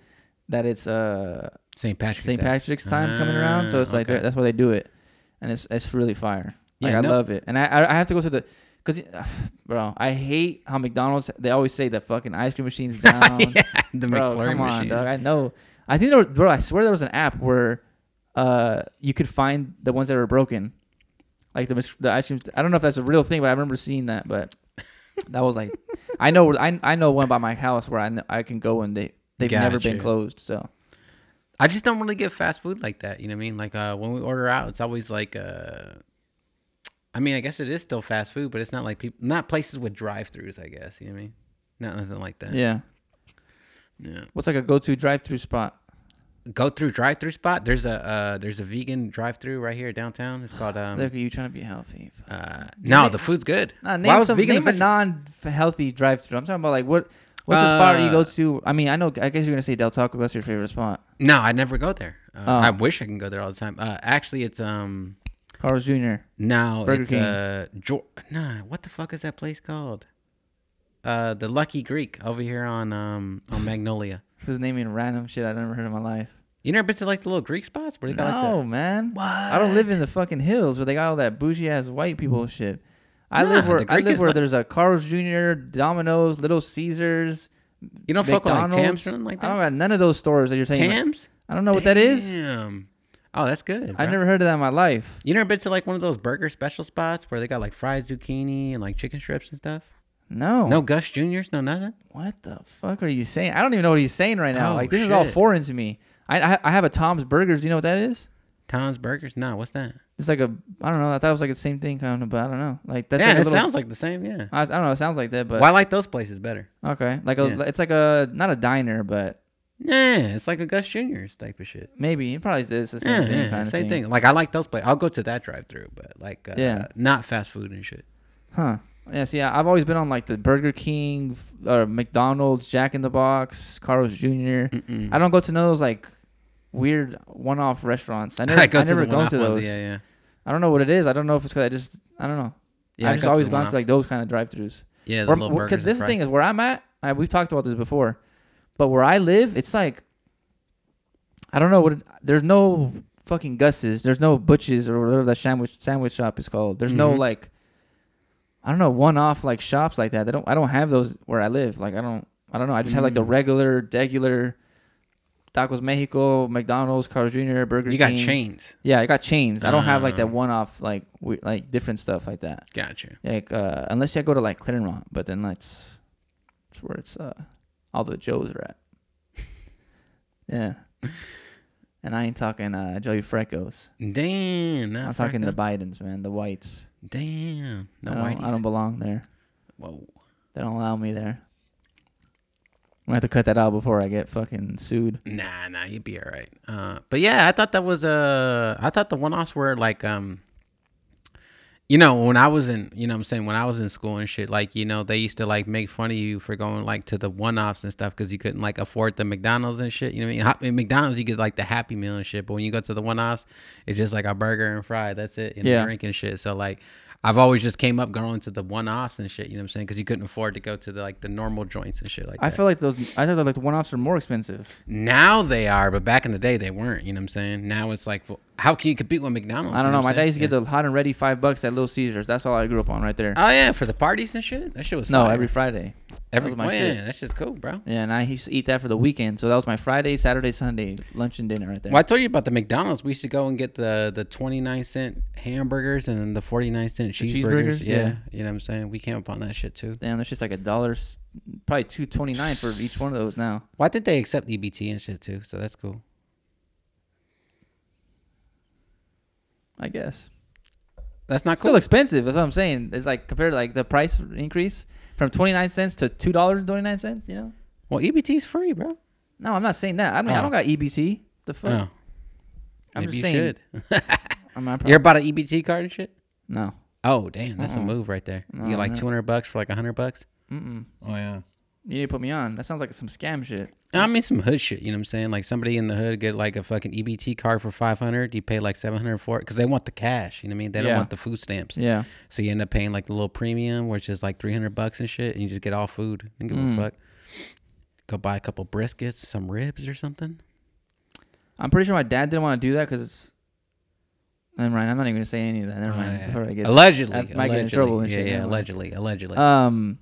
[SPEAKER 2] that it's uh
[SPEAKER 1] St. Patrick's.
[SPEAKER 2] St.
[SPEAKER 1] Day.
[SPEAKER 2] Patrick's time coming around, so
[SPEAKER 1] Ah,
[SPEAKER 2] it's like
[SPEAKER 1] okay.
[SPEAKER 2] that's why they do it, and it's it's really fire. Like
[SPEAKER 1] Yeah,
[SPEAKER 2] I
[SPEAKER 1] no-
[SPEAKER 2] love it, and I I I have to go to the. Cause, [SIGHS] bro, I hate how McDonald's. They always say the fucking ice cream machine's down
[SPEAKER 1] [LAUGHS] yeah, the
[SPEAKER 2] bro,
[SPEAKER 1] McFlurry
[SPEAKER 2] come on,
[SPEAKER 1] machine.
[SPEAKER 2] dog. I know. I think there was, bro. I swear there was an app where uh you could find the ones that were broken, like the mis- the ice cream. I don't know if that's a real thing, but I remember seeing that.
[SPEAKER 1] [LAUGHS]
[SPEAKER 2] But that was like, I know, I I know one by my house where I kn- I can go and they they've never been
[SPEAKER 1] Gotcha.
[SPEAKER 2] closed. So
[SPEAKER 1] I just don't really get fast food like that. You know what I mean? Like uh, when we order out, it's always like. Uh, I mean, I guess it is still fast food, but it's not like people, not places with drive-throughs. I guess you know what I mean. Not nothing like that.
[SPEAKER 2] yeah,
[SPEAKER 1] yeah.
[SPEAKER 2] what's like a go to drive through spot?
[SPEAKER 1] Go through drive-through spot. There's a uh, there's a vegan drive-through right here downtown. It's called um.
[SPEAKER 2] Look, at you trying to be healthy.
[SPEAKER 1] Uh, no,
[SPEAKER 2] name-
[SPEAKER 1] the food's good.
[SPEAKER 2] Nah,
[SPEAKER 1] Why
[SPEAKER 2] name
[SPEAKER 1] was
[SPEAKER 2] some,
[SPEAKER 1] vegan
[SPEAKER 2] name a
[SPEAKER 1] offensive?
[SPEAKER 2] non healthy drive through. I'm talking about like what what's the spot you go
[SPEAKER 1] Uh,
[SPEAKER 2] to? I mean, I know. I guess you're gonna say Del Taco. That's your favorite spot.
[SPEAKER 1] No, I never go there. Uh,
[SPEAKER 2] Oh.
[SPEAKER 1] I wish I can go there all the time. Uh, actually, it's um
[SPEAKER 2] Carl's Jr.
[SPEAKER 1] now
[SPEAKER 2] Burger
[SPEAKER 1] it's
[SPEAKER 2] King.
[SPEAKER 1] uh jo- nah. What the fuck is that place called? Uh, the Lucky Greek over here on um on Magnolia.
[SPEAKER 2] Just naming random shit I've never heard in my life.
[SPEAKER 1] You never been to like the little Greek spots where they got
[SPEAKER 2] No,
[SPEAKER 1] like
[SPEAKER 2] man.
[SPEAKER 1] the what?
[SPEAKER 2] I don't live in the fucking hills where they got all that bougie ass white people shit.
[SPEAKER 1] Mm.
[SPEAKER 2] I
[SPEAKER 1] Nah,
[SPEAKER 2] live where
[SPEAKER 1] the
[SPEAKER 2] I
[SPEAKER 1] Greek
[SPEAKER 2] live
[SPEAKER 1] is
[SPEAKER 2] where
[SPEAKER 1] like-
[SPEAKER 2] there's a Carl's Jr., Domino's, Little Caesars,
[SPEAKER 1] You don't fuck with like
[SPEAKER 2] McDonald's.
[SPEAKER 1] Tams or something like
[SPEAKER 2] I don't
[SPEAKER 1] that.
[SPEAKER 2] got none of those stores that you're saying. like-
[SPEAKER 1] Tams?
[SPEAKER 2] I don't know what
[SPEAKER 1] [LAUGHS]
[SPEAKER 2] that is.
[SPEAKER 1] Damn. Oh, that's good.
[SPEAKER 2] I
[SPEAKER 1] bro.
[SPEAKER 2] never heard of that in my life.
[SPEAKER 1] You never been to like one of those burger special spots where they got like fried zucchini and like chicken strips and stuff?
[SPEAKER 2] No.
[SPEAKER 1] No Gus Juniors, no nothing.
[SPEAKER 2] What the fuck are you saying? I don't even know what he's saying right now.
[SPEAKER 1] Oh,
[SPEAKER 2] like this is all
[SPEAKER 1] shit.
[SPEAKER 2] foreign to me. I, I I have a Tom's Burgers. Do you know what that is?
[SPEAKER 1] Tom's Burgers, no. What's that?
[SPEAKER 2] It's like a I don't know. I thought it was like the same thing kind of, but I don't know. Like that's
[SPEAKER 1] yeah,
[SPEAKER 2] like a
[SPEAKER 1] it
[SPEAKER 2] little,
[SPEAKER 1] sounds like the same. Yeah.
[SPEAKER 2] I, I don't know. It sounds like that, but
[SPEAKER 1] well, I like those places better.
[SPEAKER 2] Okay, like a,
[SPEAKER 1] Yeah.
[SPEAKER 2] it's like a not a diner, but
[SPEAKER 1] Yeah, it's like a Gus Junior's type of shit.
[SPEAKER 2] maybe it probably is the same
[SPEAKER 1] Yeah,
[SPEAKER 2] thing.
[SPEAKER 1] yeah,
[SPEAKER 2] kind of
[SPEAKER 1] same thing. Like I like those places. I'll go to that drive-through, but like, uh,
[SPEAKER 2] Yeah.
[SPEAKER 1] not fast food and shit.
[SPEAKER 2] huh? Yeah, see, I- I've always been on like the Burger King, f- uh, McDonald's, Jack in the Box, Carl's Jr.
[SPEAKER 1] Mm-mm.
[SPEAKER 2] I don't go to those like weird one-off restaurants.
[SPEAKER 1] [LAUGHS]
[SPEAKER 2] I never,
[SPEAKER 1] I
[SPEAKER 2] I,
[SPEAKER 1] go to
[SPEAKER 2] never
[SPEAKER 1] the
[SPEAKER 2] go
[SPEAKER 1] one-off
[SPEAKER 2] to
[SPEAKER 1] ones,
[SPEAKER 2] those.
[SPEAKER 1] Yeah, yeah.
[SPEAKER 2] I don't know what it is. I don't know if it's because I just I don't know.
[SPEAKER 1] yeah
[SPEAKER 2] I've just
[SPEAKER 1] go
[SPEAKER 2] always
[SPEAKER 1] the
[SPEAKER 2] gone to like
[SPEAKER 1] one-offs.
[SPEAKER 2] those kind of drive-throughs.
[SPEAKER 1] yeah, the
[SPEAKER 2] Where-
[SPEAKER 1] little
[SPEAKER 2] where- 'cause
[SPEAKER 1] burgers.
[SPEAKER 2] this thing is where I'm at. I, we've talked about this before, but where I live, it's like I don't know what. it- there's no fucking Gus's. There's no Butch's or whatever that sandwich sandwich shop is called. There's no
[SPEAKER 1] Mhm.
[SPEAKER 2] like I don't know one off like shops like that. They don't. I don't have those where I live. Like I don't. I don't know. I just have like the
[SPEAKER 1] Mm.
[SPEAKER 2] regular, regular Tacos Mexico, McDonald's, Carl's Jr., Burger
[SPEAKER 1] you got
[SPEAKER 2] King.
[SPEAKER 1] chains.
[SPEAKER 2] Yeah, I got chains. I don't have like
[SPEAKER 1] Ah.
[SPEAKER 2] that one off like we, like different stuff like that
[SPEAKER 1] Gotcha.
[SPEAKER 2] like uh unless I go to like Claremont, but then that's
[SPEAKER 1] [LAUGHS]
[SPEAKER 2] that's where it's uh all the Joes are at. Yeah. And I ain't talking uh, Joey Freckos.
[SPEAKER 1] Damn.
[SPEAKER 2] I'm
[SPEAKER 1] Not
[SPEAKER 2] talking the
[SPEAKER 1] Franco.
[SPEAKER 2] Bidens, man, the whites.
[SPEAKER 1] Damn. No
[SPEAKER 2] I, don't, I
[SPEAKER 1] whiteys.
[SPEAKER 2] don't belong there.
[SPEAKER 1] Whoa.
[SPEAKER 2] They don't allow me there. I'm gonna have to cut that out before I get fucking sued.
[SPEAKER 1] Nah, nah, you'd be all right. Uh, but yeah, I thought that was uh, I thought the one-offs were like, um, you know, when I was in, you know, what I'm saying when I was in school and shit, like, you know, they used to like make fun of you for going like to the one-offs and stuff because you couldn't like afford the McDonald's and shit. You know, what I mean, Hot- in McDonald's you get like the Happy Meal and shit, but when you go to the one-offs, it's just like a burger and fry. That's it, and
[SPEAKER 2] Yeah.
[SPEAKER 1] a drink and shit. So like. I've always just came up going to the one-offs and shit, you know what I'm saying? Because you couldn't afford to go to the like the normal joints and shit like
[SPEAKER 2] I
[SPEAKER 1] that.
[SPEAKER 2] feel like those. I thought like the one-offs are more expensive.
[SPEAKER 1] Now they are, but back in the day they weren't. You know what I'm saying? Now it's like, well, how can you compete with McDonald's?
[SPEAKER 2] I
[SPEAKER 1] You
[SPEAKER 2] don't
[SPEAKER 1] know
[SPEAKER 2] know.
[SPEAKER 1] what
[SPEAKER 2] My
[SPEAKER 1] I'm
[SPEAKER 2] dad
[SPEAKER 1] saying?
[SPEAKER 2] used to get the hot and ready five bucks at Little Caesars. That's all I grew up on, right there.
[SPEAKER 1] Yeah. Oh yeah, for the parties and shit. That shit was
[SPEAKER 2] no,
[SPEAKER 1] fire.
[SPEAKER 2] every Friday.
[SPEAKER 1] every
[SPEAKER 2] was my
[SPEAKER 1] oh,
[SPEAKER 2] shit.
[SPEAKER 1] yeah, that's just cool, bro.
[SPEAKER 2] Yeah, and I used to eat that for the weekend. So that was my Friday, Saturday, Sunday lunch and dinner right there.
[SPEAKER 1] Well, I told you about the McDonald's. We used to go and get the the 29 cent hamburgers and then the 49 cent cheeseburgers.
[SPEAKER 2] cheeseburgers?
[SPEAKER 1] Yeah,
[SPEAKER 2] Yeah.
[SPEAKER 1] you know what I'm saying. We came up on that shit too.
[SPEAKER 2] Damn, that's just like a dollar, s- probably two twenty nine for each one of those now.
[SPEAKER 1] Why did they accept EBT and shit too? So that's cool.
[SPEAKER 2] I guess.
[SPEAKER 1] That's not
[SPEAKER 2] Still
[SPEAKER 1] cool.
[SPEAKER 2] expensive. That's what I'm saying. It's like compared to like the price increase from twenty nine cents to two dollars and twenty nine cents. You know?
[SPEAKER 1] Well, EBT is free, bro.
[SPEAKER 2] No, I'm not saying that. I mean, I
[SPEAKER 1] Oh.
[SPEAKER 2] don't got EBT. The fuck.
[SPEAKER 1] Oh,
[SPEAKER 2] I'm
[SPEAKER 1] maybe
[SPEAKER 2] just
[SPEAKER 1] you
[SPEAKER 2] saying.
[SPEAKER 1] should. [LAUGHS]
[SPEAKER 2] I'm not
[SPEAKER 1] You're about an EBT E card and shit.
[SPEAKER 2] no.
[SPEAKER 1] Oh damn, that's a
[SPEAKER 2] Uh-uh.
[SPEAKER 1] move right there. You
[SPEAKER 2] No,
[SPEAKER 1] get like
[SPEAKER 2] no.
[SPEAKER 1] 200 bucks for like 100 bucks.
[SPEAKER 2] Mm-mm.
[SPEAKER 1] Oh yeah.
[SPEAKER 2] You need to put me on. That sounds like some scam shit.
[SPEAKER 1] I mean, some hood shit. You know what I'm saying? Like somebody in the hood get like a fucking EBT card for 500. You pay like 700 for it because they want the cash. You know what I mean? They don't
[SPEAKER 2] Yeah.
[SPEAKER 1] want the food stamps.
[SPEAKER 2] Yeah.
[SPEAKER 1] So you end up paying like the little premium, which is like 300 bucks and shit, and you just get all food. And give
[SPEAKER 2] Mm.
[SPEAKER 1] a fuck. Go buy a couple briskets, some ribs or something.
[SPEAKER 2] I'm pretty sure my dad didn't want to do that because it's. Never mind. I'm not even gonna say any of that. Never
[SPEAKER 1] Oh,
[SPEAKER 2] mind.
[SPEAKER 1] yeah.
[SPEAKER 2] Before I get
[SPEAKER 1] allegedly,
[SPEAKER 2] I might get in
[SPEAKER 1] allegedly.
[SPEAKER 2] trouble and
[SPEAKER 1] yeah,
[SPEAKER 2] shit,
[SPEAKER 1] yeah,
[SPEAKER 2] never mind.
[SPEAKER 1] allegedly, allegedly.
[SPEAKER 2] Um.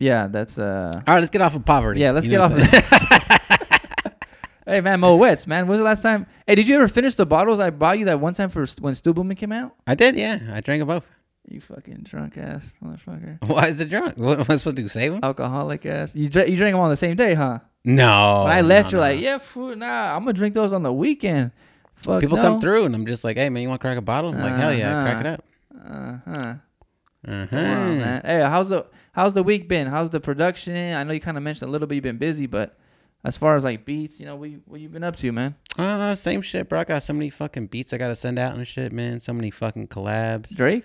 [SPEAKER 2] Yeah, that's uh.
[SPEAKER 1] all right, let's get off of poverty.
[SPEAKER 2] Yeah, let's
[SPEAKER 1] You know
[SPEAKER 2] get
[SPEAKER 1] what I'm
[SPEAKER 2] off. of [LAUGHS] Hey man, Mo Wets, man. When was the last time? Hey, did you ever finish the bottles I bought you that one time for when Stu Boomin came out?
[SPEAKER 1] I did, yeah. [LAUGHS] I drank them both.
[SPEAKER 2] You fucking drunk ass motherfucker,
[SPEAKER 1] Why is it drunk? What am I supposed to do? Save
[SPEAKER 2] Uh,
[SPEAKER 1] them?
[SPEAKER 2] alcoholic ass. You dra- you drank them on the same day, huh?
[SPEAKER 1] No.
[SPEAKER 2] when I
[SPEAKER 1] no,
[SPEAKER 2] left, you're
[SPEAKER 1] Oh, no.
[SPEAKER 2] like, yeah, food, nah, I'm gonna drink those on the weekend. Fuck
[SPEAKER 1] People
[SPEAKER 2] no.
[SPEAKER 1] come through and I'm just like, hey, man, you want to crack a bottle? I'm like, hell yeah, crack it
[SPEAKER 2] Uh-huh.
[SPEAKER 1] up.
[SPEAKER 2] Uh huh.
[SPEAKER 1] Uh-huh.
[SPEAKER 2] man. Hey, how's the how's the week been? How's the production? I know you kind of mentioned a little bit. You've been busy, but as far as like beats, you know, what you, what you been up to, man?
[SPEAKER 1] Uh, same shit, bro. I got so many fucking beats I gotta send out and shit, man. So many fucking collabs.
[SPEAKER 2] Drake,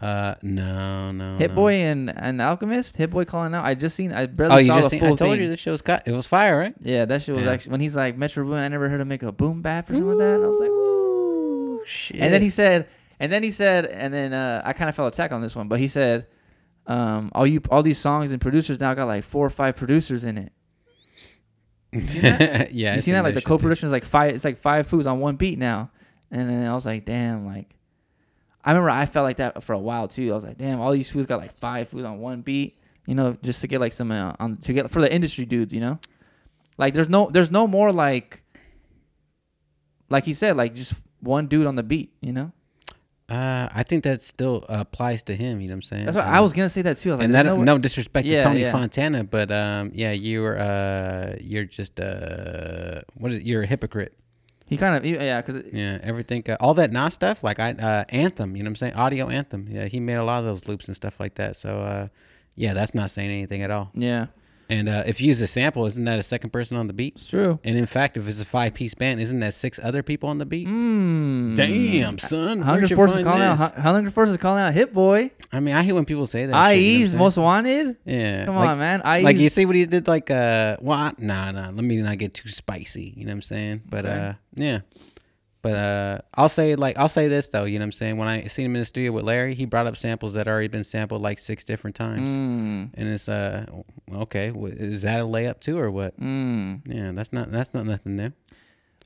[SPEAKER 1] Uh, no, no.
[SPEAKER 2] Hit
[SPEAKER 1] no.
[SPEAKER 2] Boy, and and Alchemist. Hit Boy calling out. I just seen. I barely
[SPEAKER 1] Oh, you
[SPEAKER 2] saw
[SPEAKER 1] just
[SPEAKER 2] the
[SPEAKER 1] seen, I
[SPEAKER 2] full
[SPEAKER 1] told
[SPEAKER 2] thing.
[SPEAKER 1] you this shit was cut. It was fire, right?
[SPEAKER 2] Yeah, that shit was
[SPEAKER 1] Yeah.
[SPEAKER 2] actually when he's like Metro Boomin. I never heard him make a boom bap or something like that. And I was like,
[SPEAKER 1] Ooh, shit.
[SPEAKER 2] and then he said, and then he said, and then uh, I kind of fell attack on this one, but he said, um, all you all these songs and producers now got like four or five producers in it.
[SPEAKER 1] [LAUGHS] yeah, I
[SPEAKER 2] you seen that like the
[SPEAKER 1] shit too.
[SPEAKER 2] co-production is like five. It's like five foods on one beat now. And then I was like, damn, like. I remember I felt like that for a while too. I was like, damn, all these foods got like five foods on one beat, you know, just to get like some uh, on to get for the industry dudes, you know. Like there's no there's no more like like he said like just one dude on the beat, you know.
[SPEAKER 1] Uh, I think that still applies to him. You know what I'm saying?
[SPEAKER 2] That's what I
[SPEAKER 1] Um,
[SPEAKER 2] was gonna say that too. I was like,
[SPEAKER 1] and that
[SPEAKER 2] there's
[SPEAKER 1] no,
[SPEAKER 2] no,
[SPEAKER 1] disrespect
[SPEAKER 2] Yeah,
[SPEAKER 1] to Tony
[SPEAKER 2] yeah.
[SPEAKER 1] Fontana, but um, yeah, you're uh, you're just uh, what is it? You're a hypocrite.
[SPEAKER 2] he kind of yeah, because
[SPEAKER 1] Yeah, everything, uh, all that Nas stuff, like I uh, Anthem, you know what I'm saying? Audio Anthem. Yeah, he made a lot of those loops and stuff like that. So, uh, yeah, that's not saying anything at all.
[SPEAKER 2] yeah,
[SPEAKER 1] And uh, if you use a sample, isn't that a second person on the beat?
[SPEAKER 2] it's true.
[SPEAKER 1] And in fact, if it's a five piece band, isn't that six other people on the beat?
[SPEAKER 2] Mm.
[SPEAKER 1] Damn, son. Where'd
[SPEAKER 2] Hunger
[SPEAKER 1] you
[SPEAKER 2] Force is
[SPEAKER 1] find
[SPEAKER 2] calling out.
[SPEAKER 1] this?
[SPEAKER 2] Hu- Hunger Force is calling out. Hit Boy.
[SPEAKER 1] I mean, I hate when people say that. shit, you know
[SPEAKER 2] IE's
[SPEAKER 1] what I'm
[SPEAKER 2] E most wanted.
[SPEAKER 1] saying? Yeah.
[SPEAKER 2] Come
[SPEAKER 1] like,
[SPEAKER 2] on, man. IE's
[SPEAKER 1] Like, you see what he did? Like, uh, well, I, nah, nah, let me not get too spicy. You know what I'm saying? But,
[SPEAKER 2] Okay.
[SPEAKER 1] uh, yeah. But uh, I'll say like I'll say this though, you know what I'm saying? When I seen him in the studio with Larry, he brought up samples that already been sampled like six different times,
[SPEAKER 2] Mm,
[SPEAKER 1] and it's uh okay, wh- is that a layup too or what?
[SPEAKER 2] mm.
[SPEAKER 1] Yeah, that's not that's not nothing new.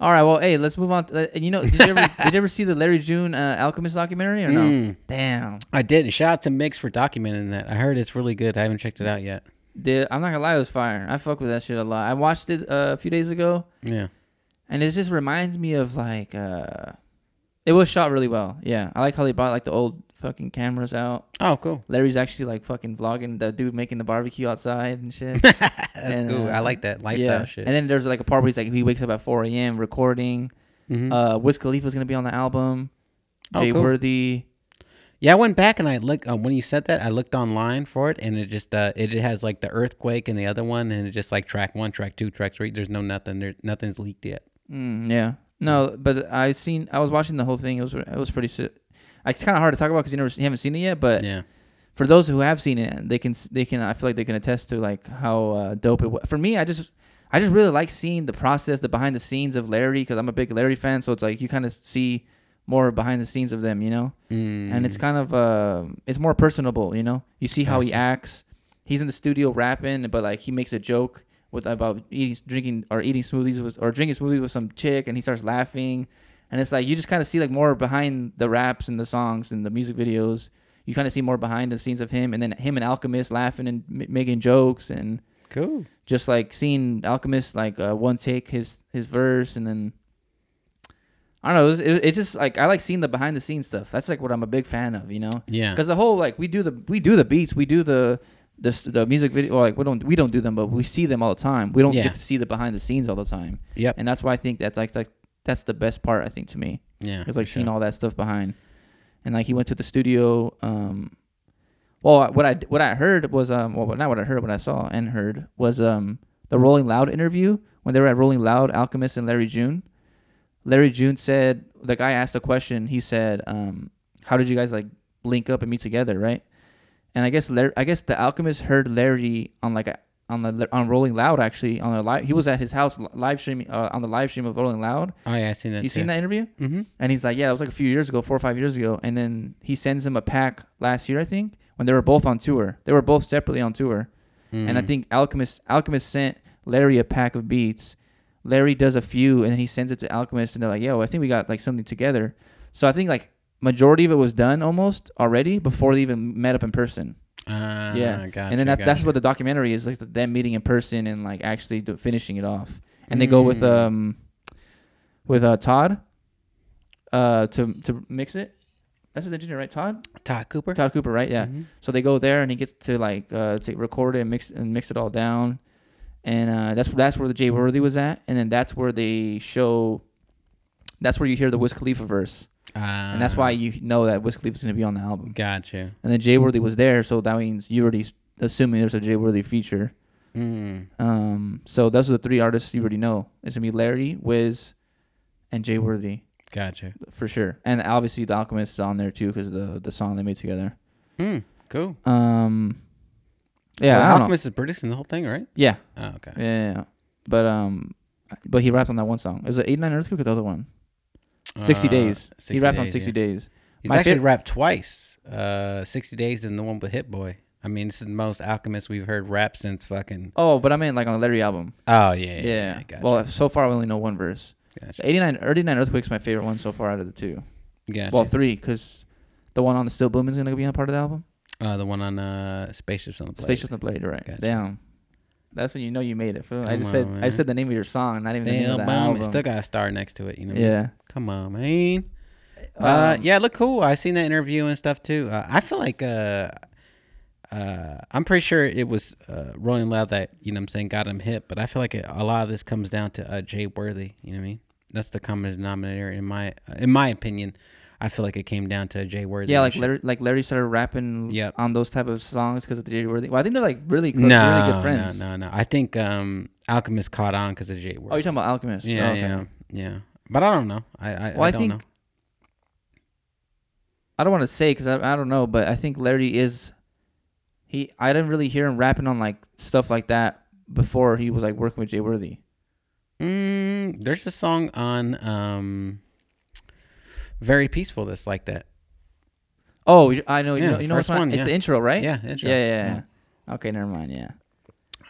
[SPEAKER 2] All right. Well, hey, let's move on. To, uh, and you know, did you
[SPEAKER 1] [LAUGHS]
[SPEAKER 2] ever, did you ever see the Larry June uh, Alchemist documentary or no?
[SPEAKER 1] Mm.
[SPEAKER 2] Damn.
[SPEAKER 1] I did. Shout out to Mix for documenting that. I heard it's really good. I haven't checked it out yet.
[SPEAKER 2] Dude, I'm not gonna lie, it was fire. I fuck with that shit a lot. I watched it uh, a few days ago,
[SPEAKER 1] Yeah,
[SPEAKER 2] and it just reminds me of like, uh, it was shot really well. Yeah, I like how they brought like the old fucking cameras out.
[SPEAKER 1] Oh, cool. [LAUGHS]
[SPEAKER 2] Larry's actually like fucking vlogging the dude making the barbecue outside and shit.
[SPEAKER 1] That's
[SPEAKER 2] And,
[SPEAKER 1] cool. I
[SPEAKER 2] uh,
[SPEAKER 1] like that [LAUGHS] lifestyle shit.
[SPEAKER 2] And then there's like a part where he's like he wakes up at 4 a.m. recording.
[SPEAKER 1] Mhm.
[SPEAKER 2] Uh, Wiz Khalifa's gonna be on the album.
[SPEAKER 1] Oh,
[SPEAKER 2] Jay
[SPEAKER 1] cool.
[SPEAKER 2] Worthy.
[SPEAKER 1] yeah, I went back and I looked uh, when you said that. I looked online for it, and it just uh, it just has like the earthquake and the other one, and it just like track one, track two, track three. There's no nothing. There nothing's leaked yet.
[SPEAKER 2] Mm, yeah. No, but I seen. I was watching the whole thing. It was it was pretty. si- It's kind of hard to talk about because you never you haven't seen it yet. But
[SPEAKER 1] Yeah.
[SPEAKER 2] for those who have seen it, they can s- they can. I feel like they can attest to like how uh, dope it was. For me, I just I just really like seeing the process, the behind the scenes of Larry because I'm a big Larry fan. So it's like you kind of see more behind the scenes of them, you know.
[SPEAKER 1] Mm.
[SPEAKER 2] and it's kind of uh, it's more personable. You know, you see how he
[SPEAKER 1] Gotcha.
[SPEAKER 2] acts. He's in the studio rapping, but like he makes a joke with about eating, drinking, or eating smoothies with, or drinking smoothies with some chick, and he starts laughing, and it's like you just kind of see like more behind the raps and the songs and the music videos. You kind of see more behind the scenes of him, and then him and Alchemist laughing and m- making jokes, and
[SPEAKER 1] cool.
[SPEAKER 2] just like seeing Alchemist like uh, one take his his verse, and then I don't know. It was, it, it's just like I like seeing the behind the scenes stuff. That's like what I'm a big fan of, you know
[SPEAKER 1] Yeah.
[SPEAKER 2] because the whole like we do the we do the beats we do the the, s- the music video or, like we don't we don't do them but we see them all the time we don't
[SPEAKER 1] Yeah.
[SPEAKER 2] get to see the behind the scenes all the time
[SPEAKER 1] Yep.
[SPEAKER 2] and that's why i think that's like, like that's the best part i think to me
[SPEAKER 1] Yeah.
[SPEAKER 2] it's like
[SPEAKER 1] for
[SPEAKER 2] seeing
[SPEAKER 1] sure.
[SPEAKER 2] all that stuff behind and like he went to the studio um well I- what i what i heard was um well not what i heard what i saw and heard was um the rolling loud interview when they were at rolling loud alchemist and larry june larry june said the guy asked a question he said um how did you guys like link up and meet together right and i guess larry, i guess the alchemist heard larry on like a on the on Rolling Loud actually on a live he was at his house li- live streaming uh, on the live stream of Rolling Loud.
[SPEAKER 1] Oh yeah, I seen that.
[SPEAKER 2] you seen that interview?
[SPEAKER 1] Mm-hmm.
[SPEAKER 2] And he's like, yeah, it was like a few years ago, four or five years ago. And then he sends him a pack last year, I think, when they were both on tour. They were both separately on tour.
[SPEAKER 1] Mm.
[SPEAKER 2] And I think Alchemist Alchemist sent Larry a pack of beats. Larry does a few, and then he sends it to Alchemist, and they're like, yo, I think we got like something together. So I think like majority of it was done almost already before they even met up in person.
[SPEAKER 1] Uh,
[SPEAKER 2] yeah.
[SPEAKER 1] Gotcha,
[SPEAKER 2] and then that's that's
[SPEAKER 1] gotcha.
[SPEAKER 2] what the documentary is like them meeting in person and like actually do, finishing it off. And they go with
[SPEAKER 1] Mm.
[SPEAKER 2] um with uh Todd uh to to mix it. That's his engineer, right? Todd.
[SPEAKER 1] Todd Cooper.
[SPEAKER 2] Todd Cooper, right? Yeah.
[SPEAKER 1] Mhm.
[SPEAKER 2] So they go there and he gets to like uh to record it and mix and mix it all down. And uh that's that's where the Jay Worthy was at, and then that's where they show. That's where you hear the Wiz Khalifa verse, and that's why
[SPEAKER 1] Ah,
[SPEAKER 2] you know that Wiz Khalifa's gonna be on the album
[SPEAKER 1] Gotcha.
[SPEAKER 2] and then Jay Worthy was there, so that means you already s- assuming there's a Jay Worthy feature.
[SPEAKER 1] Mm.
[SPEAKER 2] Um, so those are the three artists you already know. It's gonna be Larry, Wiz, and Jay Worthy
[SPEAKER 1] Gotcha.
[SPEAKER 2] for sure, and obviously the Alchemist is on there too because the the song they made together.
[SPEAKER 1] Mm. Cool.
[SPEAKER 2] Um, yeah,
[SPEAKER 1] Well,
[SPEAKER 2] I don't know.
[SPEAKER 1] Alchemist is producing the whole thing, right?
[SPEAKER 2] yeah,
[SPEAKER 1] Oh, okay.
[SPEAKER 2] yeah, yeah, yeah. but um, but he rapped on that one song. It was it eight nine earthquake or the other one? Sixty
[SPEAKER 1] Uh,
[SPEAKER 2] days. he rapped on
[SPEAKER 1] Days,
[SPEAKER 2] sixty
[SPEAKER 1] yeah.
[SPEAKER 2] days.
[SPEAKER 1] He's
[SPEAKER 2] My
[SPEAKER 1] actually
[SPEAKER 2] fav-
[SPEAKER 1] rapped twice. Uh, sixty days and the one with Hit Boy. I mean, this is the most Alchemist we've heard rap since fucking.
[SPEAKER 2] Oh, but I mean like on the Larry album.
[SPEAKER 1] Oh yeah. Yeah.
[SPEAKER 2] Yeah.
[SPEAKER 1] yeah, Gotcha.
[SPEAKER 2] Well, so far I only know one verse.
[SPEAKER 1] gotcha.
[SPEAKER 2] Eighty nine, eighty nine earthquake's my favorite one so far out of the two.
[SPEAKER 1] gotcha.
[SPEAKER 2] Well, three, because the one on the Still Blooming is gonna be a part of the album.
[SPEAKER 1] uh, the one on uh, spaceships on the plane.
[SPEAKER 2] Spaceship on the Blade, right?
[SPEAKER 1] Gotcha.
[SPEAKER 2] Damn, that's when you know you made it. fool. I
[SPEAKER 1] Come
[SPEAKER 2] just said
[SPEAKER 1] on,
[SPEAKER 2] I
[SPEAKER 1] man.
[SPEAKER 2] said the name of your song, not even the name
[SPEAKER 1] Damn,
[SPEAKER 2] of the
[SPEAKER 1] bomb.
[SPEAKER 2] album.
[SPEAKER 1] It still got a star next to it. You know.
[SPEAKER 2] yeah,
[SPEAKER 1] Come on, man. Uh,
[SPEAKER 2] Um,
[SPEAKER 1] yeah, it looked cool. I seen that interview and stuff too. Uh, I feel like uh, uh, I'm pretty sure it was uh, Rolling Loud that you know what I'm saying got him hit, but I feel like it, a lot of this comes down to uh, Jay Worthy. You know what I mean? That's the common denominator in my uh, in my opinion. I feel like it came down to Jay Worthy.
[SPEAKER 2] yeah,
[SPEAKER 1] and
[SPEAKER 2] like
[SPEAKER 1] shit.
[SPEAKER 2] Larry, like Larry started rapping
[SPEAKER 1] Yep.
[SPEAKER 2] on those type of songs because of the Jay Worthy. Well, I think they're like really close,
[SPEAKER 1] no,
[SPEAKER 2] really good friends.
[SPEAKER 1] no, no, no. I think um, Alchemist caught on because of Jay
[SPEAKER 2] Oh, you're
[SPEAKER 1] Worthy.
[SPEAKER 2] talking about Alchemist?
[SPEAKER 1] yeah,
[SPEAKER 2] Oh, okay.
[SPEAKER 1] yeah, yeah. But I don't know. I I,
[SPEAKER 2] Well,
[SPEAKER 1] I
[SPEAKER 2] I
[SPEAKER 1] don't
[SPEAKER 2] think-
[SPEAKER 1] know.
[SPEAKER 2] I don't want to say because I, I don't know, but I think Larry is. He I didn't really hear him rapping on like stuff like that before he was like working with Jay Worthy.
[SPEAKER 1] Mm, there's a song on um, Very Peaceful that's like that.
[SPEAKER 2] Oh, you- I know.
[SPEAKER 1] Yeah,
[SPEAKER 2] You know,
[SPEAKER 1] the
[SPEAKER 2] you know what's
[SPEAKER 1] first one,
[SPEAKER 2] one? It's
[SPEAKER 1] yeah.
[SPEAKER 2] the intro, right?
[SPEAKER 1] Yeah, intro.
[SPEAKER 2] Yeah, yeah, yeah. Okay, never mind. Yeah,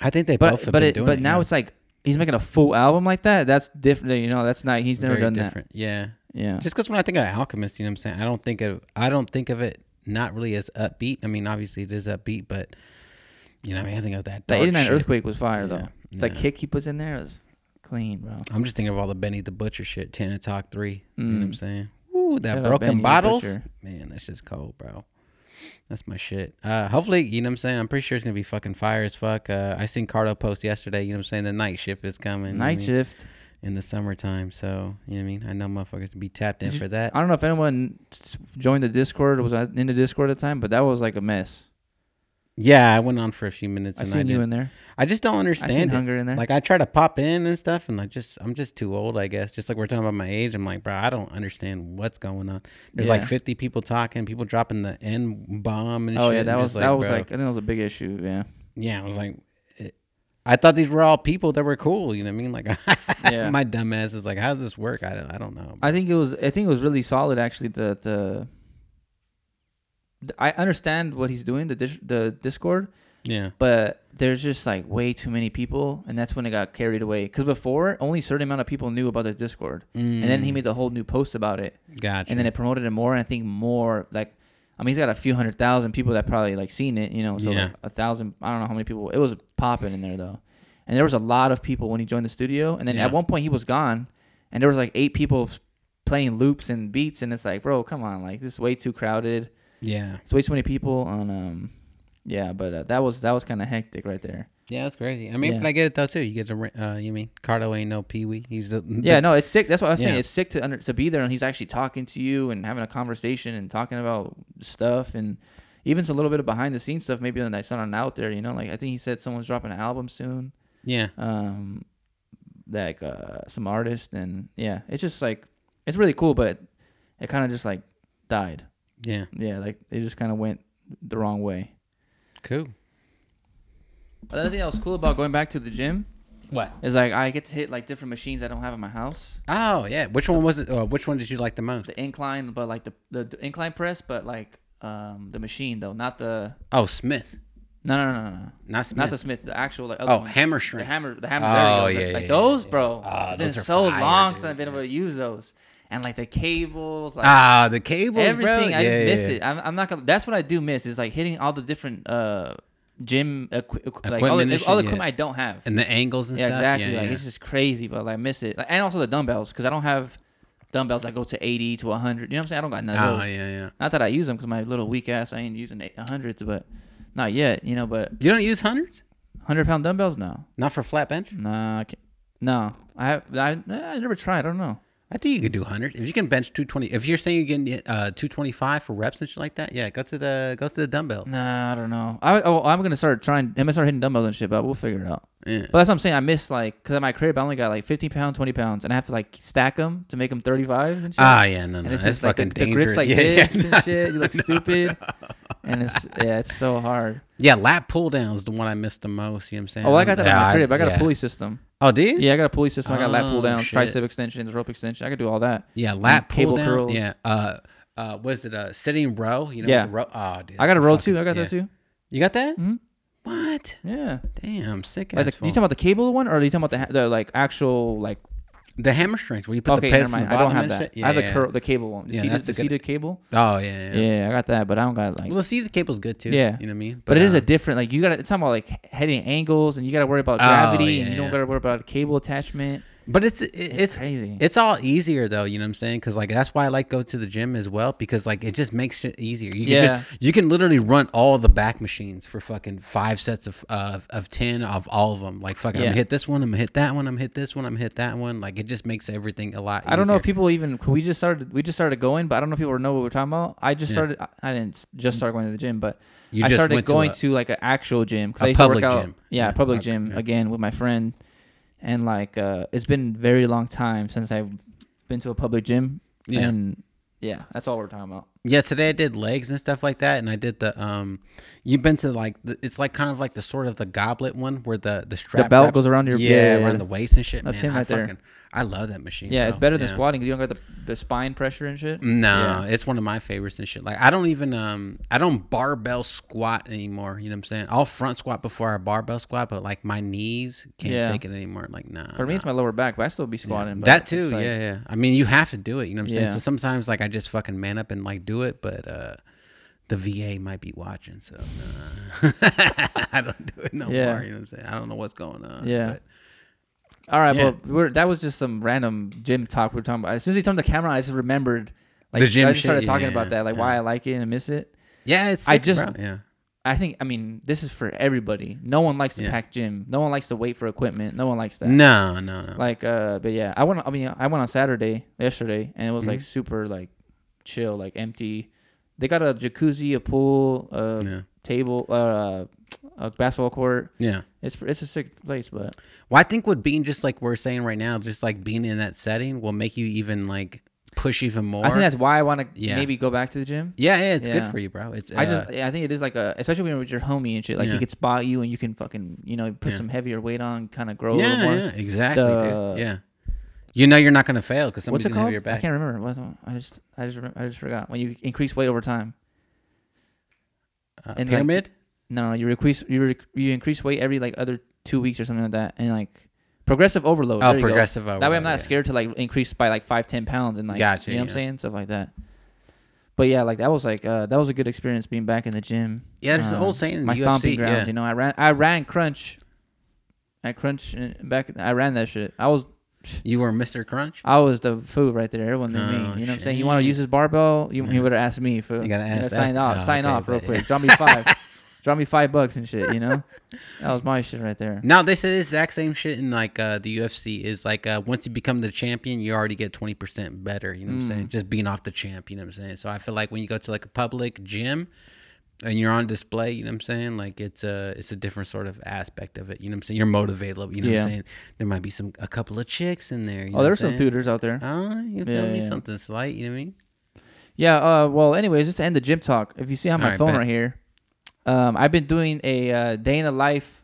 [SPEAKER 1] I think they both
[SPEAKER 2] but
[SPEAKER 1] have
[SPEAKER 2] but
[SPEAKER 1] been
[SPEAKER 2] it,
[SPEAKER 1] doing
[SPEAKER 2] but
[SPEAKER 1] it.
[SPEAKER 2] now
[SPEAKER 1] yeah.
[SPEAKER 2] it's like he's making a full album like that. That's different. You know, that's not. He's never
[SPEAKER 1] Very
[SPEAKER 2] done
[SPEAKER 1] different. Yeah,
[SPEAKER 2] that. Yeah.
[SPEAKER 1] just because when I think of Alchemist, you know what I'm saying. I don't think of I don't think of it not really as upbeat. I mean, obviously it is upbeat, but you know, what I mean, I think of that.
[SPEAKER 2] the
[SPEAKER 1] dark
[SPEAKER 2] '89
[SPEAKER 1] shit.
[SPEAKER 2] earthquake was fire though.
[SPEAKER 1] Yeah,
[SPEAKER 2] The
[SPEAKER 1] yeah.
[SPEAKER 2] kick he puts in there was clean, bro.
[SPEAKER 1] I'm just thinking of all the Benny the Butcher shit, Tana Talk Three. You know what I'm
[SPEAKER 2] Mm.
[SPEAKER 1] saying? Ooh, that
[SPEAKER 2] Shout out Benny,
[SPEAKER 1] broken
[SPEAKER 2] your
[SPEAKER 1] bottles.
[SPEAKER 2] butcher.
[SPEAKER 1] Man, that's just cold, bro. That's my shit. Uh, hopefully, you know what I'm saying. I'm pretty sure it's gonna be fucking fire as fuck. Uh, I seen Cardo post yesterday. You know what I'm saying. The night shift is coming. you know what I
[SPEAKER 2] Night
[SPEAKER 1] mean,
[SPEAKER 2] shift.
[SPEAKER 1] in the summertime. So you know what I mean. I know motherfuckers be tapped in
[SPEAKER 2] Did you-
[SPEAKER 1] for that.
[SPEAKER 2] I don't know if anyone s- joined the Discord or was in the Discord at the time, but that was like a mess.
[SPEAKER 1] yeah, I went on for a few minutes
[SPEAKER 2] I
[SPEAKER 1] and I,
[SPEAKER 2] seen you
[SPEAKER 1] didn't-
[SPEAKER 2] in there.
[SPEAKER 1] I just don't
[SPEAKER 2] I seen
[SPEAKER 1] understand it.
[SPEAKER 2] hunger in there.
[SPEAKER 1] Like I try to pop in and stuff, and like just I'm just too old, I guess. Just like we're talking about my age, I'm like, bro, I don't understand what's going on. There's like
[SPEAKER 2] Yeah.
[SPEAKER 1] 50 people talking, people dropping the n bomb and
[SPEAKER 2] oh
[SPEAKER 1] shit.
[SPEAKER 2] yeah,
[SPEAKER 1] and
[SPEAKER 2] that
[SPEAKER 1] just
[SPEAKER 2] was that was
[SPEAKER 1] bro.
[SPEAKER 2] like I think that was a big issue.
[SPEAKER 1] [LAUGHS]
[SPEAKER 2] Yeah.
[SPEAKER 1] yeah, I was like, it- I thought these were all people that were cool. You know what I mean? Like, [LAUGHS]
[SPEAKER 2] Yeah.
[SPEAKER 1] my dumb ass is like, how does this work? I don't, I don't know.
[SPEAKER 2] I think it was. I think it was really solid. Actually, the the. th- I understand what he's doing the dis- the Discord,
[SPEAKER 1] yeah,
[SPEAKER 2] but there's just like way too many people, and that's when it got carried away. Because before, only a certain amount of people knew about the Discord, and then he
[SPEAKER 1] Mm,
[SPEAKER 2] made a whole new post about it,
[SPEAKER 1] gotcha.
[SPEAKER 2] and then it promoted it more. And I think more like, I mean, he's got a few hundred thousand people that probably like seen it, you know. So
[SPEAKER 1] Yeah.
[SPEAKER 2] like a thousand, I don't know how many people. It was popping in there though, and there was a lot of people when he joined the studio. And then
[SPEAKER 1] Yeah.
[SPEAKER 2] at one point he was gone, and there was like eight people playing loops and beats, and it's like, bro, come on, like this is way too crowded.
[SPEAKER 1] yeah,
[SPEAKER 2] It's way too many people on. um yeah, but uh, that was that was kind of hectic right there.
[SPEAKER 1] yeah, that's crazy. I mean,
[SPEAKER 2] Yeah.
[SPEAKER 1] but I get it though too. You get to, re- uh, you mean Cardo ain't no pee wee. He's the
[SPEAKER 2] Yeah, no, it's sick. That's what I was saying.
[SPEAKER 1] Yeah.
[SPEAKER 2] It's sick to under, to be there, and he's actually talking to you and having a conversation and talking about stuff and even a little bit of behind the scenes stuff. Maybe that's not out there, you know. Like I think he said someone's dropping an album soon,
[SPEAKER 1] yeah,
[SPEAKER 2] um, like uh, some artist, and yeah, it's just like it's really cool, but it kind of just like died.
[SPEAKER 1] yeah.
[SPEAKER 2] Yeah, like it just kind of went the wrong way.
[SPEAKER 1] Cool.
[SPEAKER 2] Another thing that was cool about going back to the gym
[SPEAKER 1] What?
[SPEAKER 2] is like I get to hit like different machines I don't have in my house.
[SPEAKER 1] Oh yeah. Which one was it? Uh, which one did you like the most?
[SPEAKER 2] the incline, but like the, the the incline press, but like um the machine though, not the
[SPEAKER 1] Oh, Smith.
[SPEAKER 2] no no no no no,
[SPEAKER 1] Not Smith.
[SPEAKER 2] not the Smith, the actual like other
[SPEAKER 1] oh,
[SPEAKER 2] one.
[SPEAKER 1] hammer
[SPEAKER 2] the
[SPEAKER 1] shrink.
[SPEAKER 2] hammer the hammer.
[SPEAKER 1] Oh,
[SPEAKER 2] there you go.
[SPEAKER 1] yeah,
[SPEAKER 2] like
[SPEAKER 1] yeah,
[SPEAKER 2] those,
[SPEAKER 1] yeah.
[SPEAKER 2] bro.
[SPEAKER 1] Ah,
[SPEAKER 2] it's been
[SPEAKER 1] those are
[SPEAKER 2] so
[SPEAKER 1] fire,
[SPEAKER 2] long
[SPEAKER 1] dude,
[SPEAKER 2] since I've been able
[SPEAKER 1] yeah.
[SPEAKER 2] to use those, and like the cables, like
[SPEAKER 1] Ah, the cables,
[SPEAKER 2] everything.
[SPEAKER 1] bro.
[SPEAKER 2] I just
[SPEAKER 1] Yeah,
[SPEAKER 2] miss
[SPEAKER 1] yeah,
[SPEAKER 2] it. I'm, I'm not gonna. That's what I do miss is like hitting all the different uh gym equi- equi- like all
[SPEAKER 1] Equipment and
[SPEAKER 2] the, all the
[SPEAKER 1] shit, yeah.
[SPEAKER 2] equipment I don't have.
[SPEAKER 1] And the angles and
[SPEAKER 2] yeah,
[SPEAKER 1] stuff.
[SPEAKER 2] exactly.
[SPEAKER 1] Yeah,
[SPEAKER 2] like
[SPEAKER 1] yeah.
[SPEAKER 2] it's just crazy, but like, I miss it. Like, and also the dumbbells because I don't have dumbbells that go to eighty to hundred. You know what I'm saying? I don't got none of
[SPEAKER 1] oh
[SPEAKER 2] those.
[SPEAKER 1] yeah, yeah.
[SPEAKER 2] Not that I use them because my little weak ass, I ain't using eight- hundreds, but not yet, you know. But
[SPEAKER 1] You don't use hundreds?
[SPEAKER 2] hundred pound dumbbells, no,
[SPEAKER 1] Not for flat bench?
[SPEAKER 2] nah, I can't. no. I have, I, nah, I never tried. I don't know.
[SPEAKER 1] I think you could do hundreds if you can bench two twenty. If you're saying you're getting uh two twenty five for reps and shit like that, yeah, go to the go to the dumbbells.
[SPEAKER 2] Nah, I don't know. I, oh, I'm gonna start trying. I'm gonna start hitting dumbbells and shit, but we'll figure it out.
[SPEAKER 1] Yeah.
[SPEAKER 2] But that's what I'm saying. I miss like because at my crib, I only got like 15 pound, 20 pounds, and I have to like stack them to make them 35s and shit.
[SPEAKER 1] Ah, yeah, no, no,
[SPEAKER 2] and it's
[SPEAKER 1] that's
[SPEAKER 2] just like the,
[SPEAKER 1] fucking
[SPEAKER 2] the
[SPEAKER 1] dangerous.
[SPEAKER 2] grips
[SPEAKER 1] [LAUGHS]
[SPEAKER 2] like
[SPEAKER 1] yeah,
[SPEAKER 2] this
[SPEAKER 1] yeah,
[SPEAKER 2] and
[SPEAKER 1] [LAUGHS]
[SPEAKER 2] shit. You look stupid, and it's yeah, it's so hard.
[SPEAKER 1] yeah, lap pull down is the one I missed the most. You know what I'm saying?
[SPEAKER 2] Oh, I got that
[SPEAKER 1] Yeah,
[SPEAKER 2] on my crib. I got
[SPEAKER 1] yeah.
[SPEAKER 2] a pulley system.
[SPEAKER 1] Oh, do you?
[SPEAKER 2] Yeah, I got a pulley system. I got lat
[SPEAKER 1] Oh,
[SPEAKER 2] pull downs,
[SPEAKER 1] shit.
[SPEAKER 2] tricep extensions, rope extension. I could do all that.
[SPEAKER 1] Yeah, lap pull
[SPEAKER 2] cable
[SPEAKER 1] down.
[SPEAKER 2] curls.
[SPEAKER 1] Yeah. Uh, uh, was it a sitting row? You know,
[SPEAKER 2] Yeah.
[SPEAKER 1] with the row. Oh, dude,
[SPEAKER 2] I got
[SPEAKER 1] that's
[SPEAKER 2] a roll
[SPEAKER 1] fucking-
[SPEAKER 2] too. I got
[SPEAKER 1] yeah.
[SPEAKER 2] those too.
[SPEAKER 1] You got that?
[SPEAKER 2] Mhm.
[SPEAKER 1] What?
[SPEAKER 2] Yeah.
[SPEAKER 1] Damn, sick
[SPEAKER 2] Like
[SPEAKER 1] ass.
[SPEAKER 2] the, you
[SPEAKER 1] phone.
[SPEAKER 2] talking about the cable one, or are you talking about the ha- the like actual like?
[SPEAKER 1] the hammer strings where you put the
[SPEAKER 2] Okay, never
[SPEAKER 1] pegs in the
[SPEAKER 2] mind.
[SPEAKER 1] bottom
[SPEAKER 2] I don't have
[SPEAKER 1] and
[SPEAKER 2] that.
[SPEAKER 1] shit. Yeah,
[SPEAKER 2] I have the
[SPEAKER 1] yeah.
[SPEAKER 2] curl, the cable one, the
[SPEAKER 1] Yeah,
[SPEAKER 2] seated,
[SPEAKER 1] that's
[SPEAKER 2] the
[SPEAKER 1] a good-
[SPEAKER 2] seated cable.
[SPEAKER 1] Oh yeah, yeah.
[SPEAKER 2] Yeah. I got that, but I don't got like.
[SPEAKER 1] Well, the seated cable's good too.
[SPEAKER 2] Yeah.
[SPEAKER 1] you know what I mean.
[SPEAKER 2] but it is
[SPEAKER 1] uh,
[SPEAKER 2] a different like you got to it's talking about like heading angles and you got to worry about
[SPEAKER 1] Oh,
[SPEAKER 2] gravity and
[SPEAKER 1] yeah,
[SPEAKER 2] you don't
[SPEAKER 1] yeah.
[SPEAKER 2] got to worry about cable attachment.
[SPEAKER 1] But it's it,
[SPEAKER 2] It's,
[SPEAKER 1] it's
[SPEAKER 2] crazy.
[SPEAKER 1] it's all easier though. You know what I'm saying? Because like that's why I like go to the gym as well because like it just makes it easier. You can
[SPEAKER 2] Yeah.
[SPEAKER 1] just you can literally run all the back machines for fucking five sets of of, of ten of all of them. Like fucking, I'm
[SPEAKER 2] Yeah.
[SPEAKER 1] gonna hit this one. I'm gonna hit that one. I'm gonna hit this one. I'm gonna hit that one. Like it just makes everything a lot. Easier.
[SPEAKER 2] I don't know if people even we just started we just started going, but I don't know if people know what we're talking about. I just
[SPEAKER 1] Yeah. Mm.
[SPEAKER 2] started. I- I didn't s- just start going to the gym, but
[SPEAKER 1] You
[SPEAKER 2] I
[SPEAKER 1] just
[SPEAKER 2] started
[SPEAKER 1] went to
[SPEAKER 2] going
[SPEAKER 1] a-
[SPEAKER 2] to, like an actual gym because
[SPEAKER 1] A
[SPEAKER 2] I used to work
[SPEAKER 1] public
[SPEAKER 2] out.
[SPEAKER 1] gym.
[SPEAKER 2] Yeah,
[SPEAKER 1] Yeah,
[SPEAKER 2] public
[SPEAKER 1] okay,
[SPEAKER 2] gym
[SPEAKER 1] yeah.
[SPEAKER 2] again with my friend, and like uh, it's been a very long time since I've been to a public gym.
[SPEAKER 1] Yeah.
[SPEAKER 2] and yeah, that's all we're talking about.
[SPEAKER 1] Yeah, today I did legs and stuff like that, and I did the um. You've been to like the, it's like kind of like the sort of the goblet one where the the strap
[SPEAKER 2] belt
[SPEAKER 1] wraps-
[SPEAKER 2] goes around your-
[SPEAKER 1] yeah,
[SPEAKER 2] yeah, yeah,
[SPEAKER 1] around
[SPEAKER 2] yeah.
[SPEAKER 1] the waist and shit.
[SPEAKER 2] That's
[SPEAKER 1] man,
[SPEAKER 2] him
[SPEAKER 1] I
[SPEAKER 2] right there.
[SPEAKER 1] fucking- I love that machine.
[SPEAKER 2] Yeah, it's
[SPEAKER 1] bro.
[SPEAKER 2] better than
[SPEAKER 1] Yeah. Mm,
[SPEAKER 2] squatting 'cause you don't got the, the spine pressure and shit.
[SPEAKER 1] No,
[SPEAKER 2] Yeah.
[SPEAKER 1] it's one of my favorites and shit. Like I don't even um I don't barbell squat anymore. You know what I'm saying? I'll front squat before I barbell squat, but like my knees can't
[SPEAKER 2] Yeah.
[SPEAKER 1] take it anymore. Like nah.
[SPEAKER 2] For me, it's my lower back, but I still be squatting. but
[SPEAKER 1] that
[SPEAKER 2] it's
[SPEAKER 1] too,
[SPEAKER 2] like-
[SPEAKER 1] yeah, yeah. I mean, you have to do it. You know what I'm saying?
[SPEAKER 2] Yeah.
[SPEAKER 1] So sometimes, like, I just fucking man up and like do it, but uh, the VA might be watching, so nah. [LAUGHS] I don't do it no
[SPEAKER 2] Yeah.
[SPEAKER 1] more. You know what I'm saying? I don't know what's going on.
[SPEAKER 2] Yeah.
[SPEAKER 1] but-
[SPEAKER 2] All right,
[SPEAKER 1] Yeah.
[SPEAKER 2] well, we're, that was just some random gym talk we were talking about. As soon as he turned the camera, on, I just remembered Like
[SPEAKER 1] The gym
[SPEAKER 2] I just started
[SPEAKER 1] shit,
[SPEAKER 2] talking
[SPEAKER 1] yeah,
[SPEAKER 2] about that, like
[SPEAKER 1] yeah.
[SPEAKER 2] why I like it and miss it.
[SPEAKER 1] Yeah, it's
[SPEAKER 2] I
[SPEAKER 1] sick,
[SPEAKER 2] just-
[SPEAKER 1] bro. yeah.
[SPEAKER 2] I think I mean this is for everybody. No one likes to
[SPEAKER 1] Yeah.
[SPEAKER 2] pack gym. No one likes to wait for equipment. No one likes that.
[SPEAKER 1] No, no, no.
[SPEAKER 2] Like uh, but yeah, I went. I mean, I went on Saturday yesterday, and it was
[SPEAKER 1] Mm-hmm.
[SPEAKER 2] like super like chill, like empty. They got a jacuzzi, a pool, a
[SPEAKER 1] yeah.
[SPEAKER 2] table, uh, a basketball court.
[SPEAKER 1] Yeah.
[SPEAKER 2] It's it's a sick place, but
[SPEAKER 1] Well, I think what being just like we're saying right now, just like being in that setting will make you even like push even more.
[SPEAKER 2] I think that's why I want to
[SPEAKER 1] Yeah.
[SPEAKER 2] maybe go back to the gym.
[SPEAKER 1] yeah, yeah, it's good
[SPEAKER 2] Yeah.
[SPEAKER 1] for you, bro. It's uh,
[SPEAKER 2] I just yeah, I think it is like a especially when you're with your homie and shit. Like
[SPEAKER 1] Yeah.
[SPEAKER 2] he could spot you and you can fucking you know put
[SPEAKER 1] Yeah.
[SPEAKER 2] some heavier weight on, kind of grow a little
[SPEAKER 1] yeah,
[SPEAKER 2] more.
[SPEAKER 1] yeah, exactly,
[SPEAKER 2] the-
[SPEAKER 1] dude. Yeah, you know you're not gonna fail because
[SPEAKER 2] What's
[SPEAKER 1] somebody's
[SPEAKER 2] it
[SPEAKER 1] gonna
[SPEAKER 2] called?
[SPEAKER 1] have your
[SPEAKER 2] I
[SPEAKER 1] back.
[SPEAKER 2] can't remember. What's it- I just I just remember, I just forgot. When you increase weight over time,
[SPEAKER 1] Uh,
[SPEAKER 2] and, like,
[SPEAKER 1] pyramid.
[SPEAKER 2] no, you increase you rec- you increase weight every like other two weeks or something like that, and like progressive overload. there
[SPEAKER 1] oh,
[SPEAKER 2] you go.
[SPEAKER 1] progressive. Overload,
[SPEAKER 2] That way, I'm not
[SPEAKER 1] yeah.
[SPEAKER 2] scared to like increase by like five, ten pounds, and like
[SPEAKER 1] Gotcha,
[SPEAKER 2] you know what I'm
[SPEAKER 1] yeah.
[SPEAKER 2] saying, stuff like that. But yeah, like that was like uh, that was a good experience being back in the gym.
[SPEAKER 1] Yeah, there's an
[SPEAKER 2] Uh,
[SPEAKER 1] old saying. in
[SPEAKER 2] my
[SPEAKER 1] the UFC,
[SPEAKER 2] stomping grounds.
[SPEAKER 1] yeah.
[SPEAKER 2] You know, I ran, I ran crunch, I crunch and back. I ran that shit. I was,
[SPEAKER 1] You were Mr. Crunch.
[SPEAKER 2] I was the food right there. Everyone knew me.
[SPEAKER 1] Oh,
[SPEAKER 2] You know what I'm saying? You want to
[SPEAKER 1] shit.
[SPEAKER 2] use this barbell? You, you better ask me. Fool.
[SPEAKER 1] You gotta
[SPEAKER 2] know,
[SPEAKER 1] ask-
[SPEAKER 2] sign
[SPEAKER 1] ask-
[SPEAKER 2] off,
[SPEAKER 1] oh,
[SPEAKER 2] sign
[SPEAKER 1] okay,
[SPEAKER 2] off real
[SPEAKER 1] but- [LAUGHS]
[SPEAKER 2] quick. Drop me five, drop me five bucks and shit. You know, that was my shit right there.
[SPEAKER 1] No, they say the exact same shit in like uh, the UFC is like uh, once you become the champion, you already get twenty percent better. You know what I'm
[SPEAKER 2] Mm.
[SPEAKER 1] saying? Just being off the champ. You know what I'm saying? So I feel like when you go to like a public gym and you're on display, you know what I'm saying? Like it's a it's a different sort of aspect of it. You know what I'm saying? You're motivated. a little- You know what
[SPEAKER 2] Yeah.
[SPEAKER 1] I'm saying? There might be some a couple of chicks in there. You know
[SPEAKER 2] Oh,
[SPEAKER 1] what
[SPEAKER 2] there
[SPEAKER 1] I'm
[SPEAKER 2] were some
[SPEAKER 1] saying?
[SPEAKER 2] tutors out there.
[SPEAKER 1] Oh, you feel
[SPEAKER 2] Yeah,
[SPEAKER 1] me?
[SPEAKER 2] yeah.
[SPEAKER 1] Something slight. You know what I mean?
[SPEAKER 2] Yeah. Uh. Well. Anyways, just to end the gym talk. If you see on my
[SPEAKER 1] Alright,
[SPEAKER 2] phone
[SPEAKER 1] bet.
[SPEAKER 2] right here, um, I've been doing a uh, day in a life,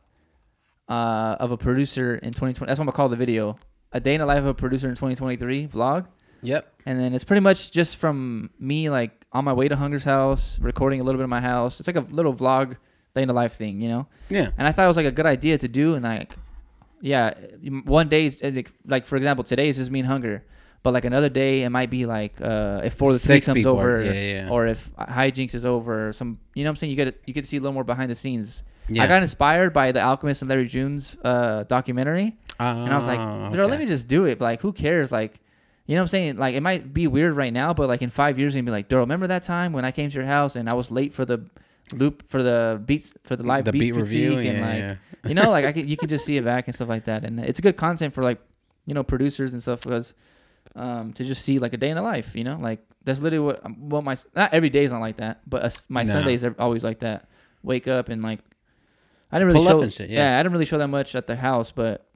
[SPEAKER 2] uh, of a producer in 2020. That's what I'm gonna call the video. A day in a life of a producer in 2023 vlog.
[SPEAKER 1] Yep.
[SPEAKER 2] And then it's pretty much just from me like on my way to Hunger's house, recording a little bit of my house. It's like a little vlog day in a life thing, you know.
[SPEAKER 1] Yeah.
[SPEAKER 2] And I thought it was like a good idea to do. And like, yeah, one day, is- like, like for example, today is just me and Hunger. But like another day, it might be like uh, if for the three
[SPEAKER 1] Six
[SPEAKER 2] comes
[SPEAKER 1] people are-
[SPEAKER 2] over,
[SPEAKER 1] yeah, yeah.
[SPEAKER 2] or if hijinks is over, or some you know what I'm saying. You get you get to see a little more behind the scenes.
[SPEAKER 1] Yeah.
[SPEAKER 2] I got inspired by the Alchemist and Larry June's uh, documentary, and I was like,
[SPEAKER 1] Oh,
[SPEAKER 2] bro, let
[SPEAKER 1] okay.
[SPEAKER 2] me just do it. Like, who cares? Like, you know what I'm saying? Like, it might be weird right now, but like in five years, you'll be like, Daryl, remember that time when I came to your house and I was late for the loop for the beats for the live
[SPEAKER 1] the
[SPEAKER 2] beats
[SPEAKER 1] beat review. Yeah,
[SPEAKER 2] critique and like
[SPEAKER 1] yeah.
[SPEAKER 2] you know like I can, you can just see it back and stuff like that and it's good content for like you know producers and stuff because um to just see like a day in the life you know like that's literally what um, what my not every day is not like that but uh, my
[SPEAKER 1] No.
[SPEAKER 2] Sundays are always like that wake up and like I didn't really
[SPEAKER 1] Pull up
[SPEAKER 2] show
[SPEAKER 1] and shit, yeah.
[SPEAKER 2] yeah I didn't really show that much at the house but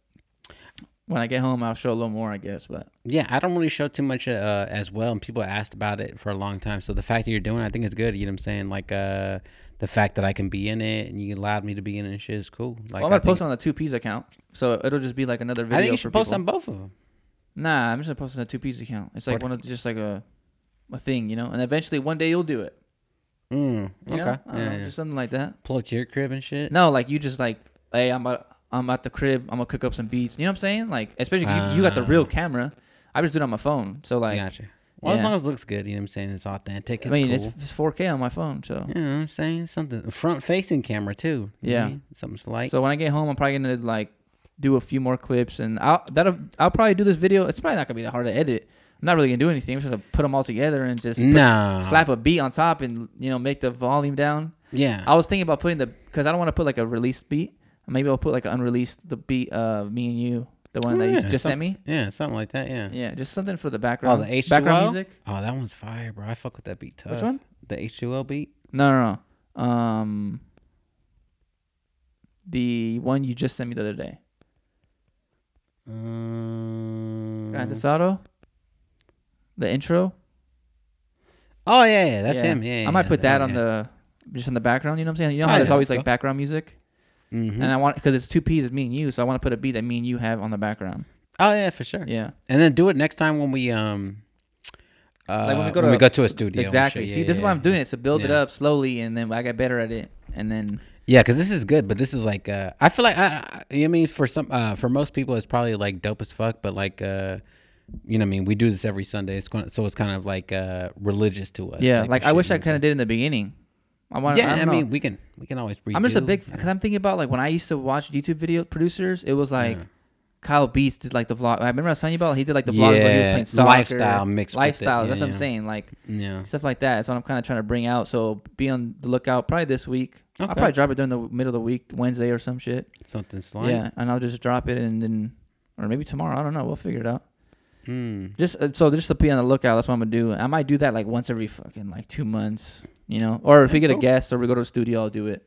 [SPEAKER 2] when I get home I'll show a little more I guess but
[SPEAKER 1] Yeah, I don't really show too much uh, as well, and people asked about it for a long time. So the fact that you're doing, it, I think it's good. You know what I'm saying? Like uh, the fact that I can be in it, and you allowed me to be in it, and shit is cool. Like
[SPEAKER 2] well, I'm
[SPEAKER 1] I
[SPEAKER 2] gonna post
[SPEAKER 1] think,
[SPEAKER 2] on the two P's account so it'll just be like another video
[SPEAKER 1] I think you
[SPEAKER 2] for
[SPEAKER 1] should post
[SPEAKER 2] people.
[SPEAKER 1] on both of them.
[SPEAKER 2] Nah, I'm just gonna post on a two piece account. It's like
[SPEAKER 1] What-
[SPEAKER 2] one of just like a a thing, you know. And eventually, one day you'll do it.
[SPEAKER 1] Mm,
[SPEAKER 2] You
[SPEAKER 1] okay,
[SPEAKER 2] know? I don't
[SPEAKER 1] yeah,
[SPEAKER 2] know,
[SPEAKER 1] yeah.
[SPEAKER 2] just something like that.
[SPEAKER 1] pull it to your crib and shit.
[SPEAKER 2] No, like you just like, hey, I'm at, I'm at the crib. I'm gonna cook up some beats. You know what I'm saying? Like, especially you, you got the real
[SPEAKER 1] Ah.
[SPEAKER 2] camera. I just do it on my phone. So like,
[SPEAKER 1] gotcha. Well, as
[SPEAKER 2] yeah.
[SPEAKER 1] long as it looks good, you know what I'm saying. It's authentic.
[SPEAKER 2] I
[SPEAKER 1] It's
[SPEAKER 2] mean,
[SPEAKER 1] cool.
[SPEAKER 2] it's, it's 4K on my phone. So
[SPEAKER 1] you know what I'm saying something front facing camera too. You know what I
[SPEAKER 2] Yeah.
[SPEAKER 1] mean? something slight.
[SPEAKER 2] so when I get home, I'm probably gonna like do a few more clips, and I'll that'll I'll probably do this video. It's probably not gonna be that hard to edit. I'm not really gonna do anything. I'm just gonna put them all together and just put-
[SPEAKER 1] no,
[SPEAKER 2] slap a beat on top and you know make the volume down.
[SPEAKER 1] Yeah,
[SPEAKER 2] I was thinking about putting the because I don't want to put like a released beat. Maybe I'll put like an unreleased the beat uh me and you the one
[SPEAKER 1] Oh,
[SPEAKER 2] that you
[SPEAKER 1] yeah,
[SPEAKER 2] just
[SPEAKER 1] some-
[SPEAKER 2] sent me.
[SPEAKER 1] yeah, something like that. Yeah.
[SPEAKER 2] Yeah, just something for
[SPEAKER 1] Oh,
[SPEAKER 2] the background.
[SPEAKER 1] the H2O.
[SPEAKER 2] background music.
[SPEAKER 1] Oh, that one's fire, bro. I fuck with that beat tough.
[SPEAKER 2] Which one?
[SPEAKER 1] The H2O beat.
[SPEAKER 2] No, no, no. Um, the one you just sent me the other day.
[SPEAKER 1] Um,
[SPEAKER 2] Grand Theft Auto. The intro.
[SPEAKER 1] oh yeah, yeah, that's
[SPEAKER 2] Yeah.
[SPEAKER 1] him. Yeah,
[SPEAKER 2] I might put that on the just on the background. You know what I'm saying? You know
[SPEAKER 1] Oh,
[SPEAKER 2] how there's
[SPEAKER 1] yeah,
[SPEAKER 2] always
[SPEAKER 1] that's
[SPEAKER 2] like
[SPEAKER 1] cool.
[SPEAKER 2] background music,
[SPEAKER 1] hmm
[SPEAKER 2] and I want because it's two P's. It's me and you, so I want to put a beat that me and you have on the background.
[SPEAKER 1] oh yeah, for sure.
[SPEAKER 2] Yeah.
[SPEAKER 1] And then do it next time when we um. Uh,
[SPEAKER 2] Like
[SPEAKER 1] when we go to, we go to a studio. and
[SPEAKER 2] Exactly.
[SPEAKER 1] shit.
[SPEAKER 2] See,
[SPEAKER 1] Yeah,
[SPEAKER 2] this is why
[SPEAKER 1] yeah,
[SPEAKER 2] I'm doing it. So build it
[SPEAKER 1] Yeah.
[SPEAKER 2] up slowly, and then I get better at it, and then
[SPEAKER 1] Yeah, because this is good, but this is like uh, I feel like I, I, I mean for some uh, for most people it's probably like dope as fuck, but like uh, you know what I mean we do this every Sunday, it's going, so it's kind of like uh, religious to us.
[SPEAKER 2] yeah,
[SPEAKER 1] type of
[SPEAKER 2] like I
[SPEAKER 1] shit,
[SPEAKER 2] wish
[SPEAKER 1] you
[SPEAKER 2] I
[SPEAKER 1] know what
[SPEAKER 2] kind of did in the beginning. I
[SPEAKER 1] I'm
[SPEAKER 2] want.
[SPEAKER 1] saying?
[SPEAKER 2] I,
[SPEAKER 1] Yeah, I,
[SPEAKER 2] don't know.
[SPEAKER 1] mean we can we can always. Redo.
[SPEAKER 2] I'm just a big because I'm thinking about like when I used to watch YouTube video producers. It was like Kyle Beast did like the vlog. I remember I was telling you about. He did like the vlog where he was
[SPEAKER 1] Yeah,
[SPEAKER 2] playing soccer,
[SPEAKER 1] lifestyle mixed with it.
[SPEAKER 2] lifestyle.
[SPEAKER 1] Yeah,
[SPEAKER 2] that's what
[SPEAKER 1] yeah.
[SPEAKER 2] I'm saying. Like
[SPEAKER 1] Yeah.
[SPEAKER 2] stuff like that. That's what I'm kind of trying to bring out. So be on the lookout. Probably this week. I'll
[SPEAKER 1] Okay.
[SPEAKER 2] probably drop it during the middle of the week, Wednesday or some shit.
[SPEAKER 1] Something slight.
[SPEAKER 2] Yeah, and I'll just drop it and then, or maybe tomorrow. I don't know. We'll figure it out.
[SPEAKER 1] Mm.
[SPEAKER 2] Just uh, so just to be on the lookout. That's what I'm gonna do. I might do that like once every fucking like two months, you know. Or if we get a
[SPEAKER 1] Cool.
[SPEAKER 2] guest or we go to a studio, I'll do it.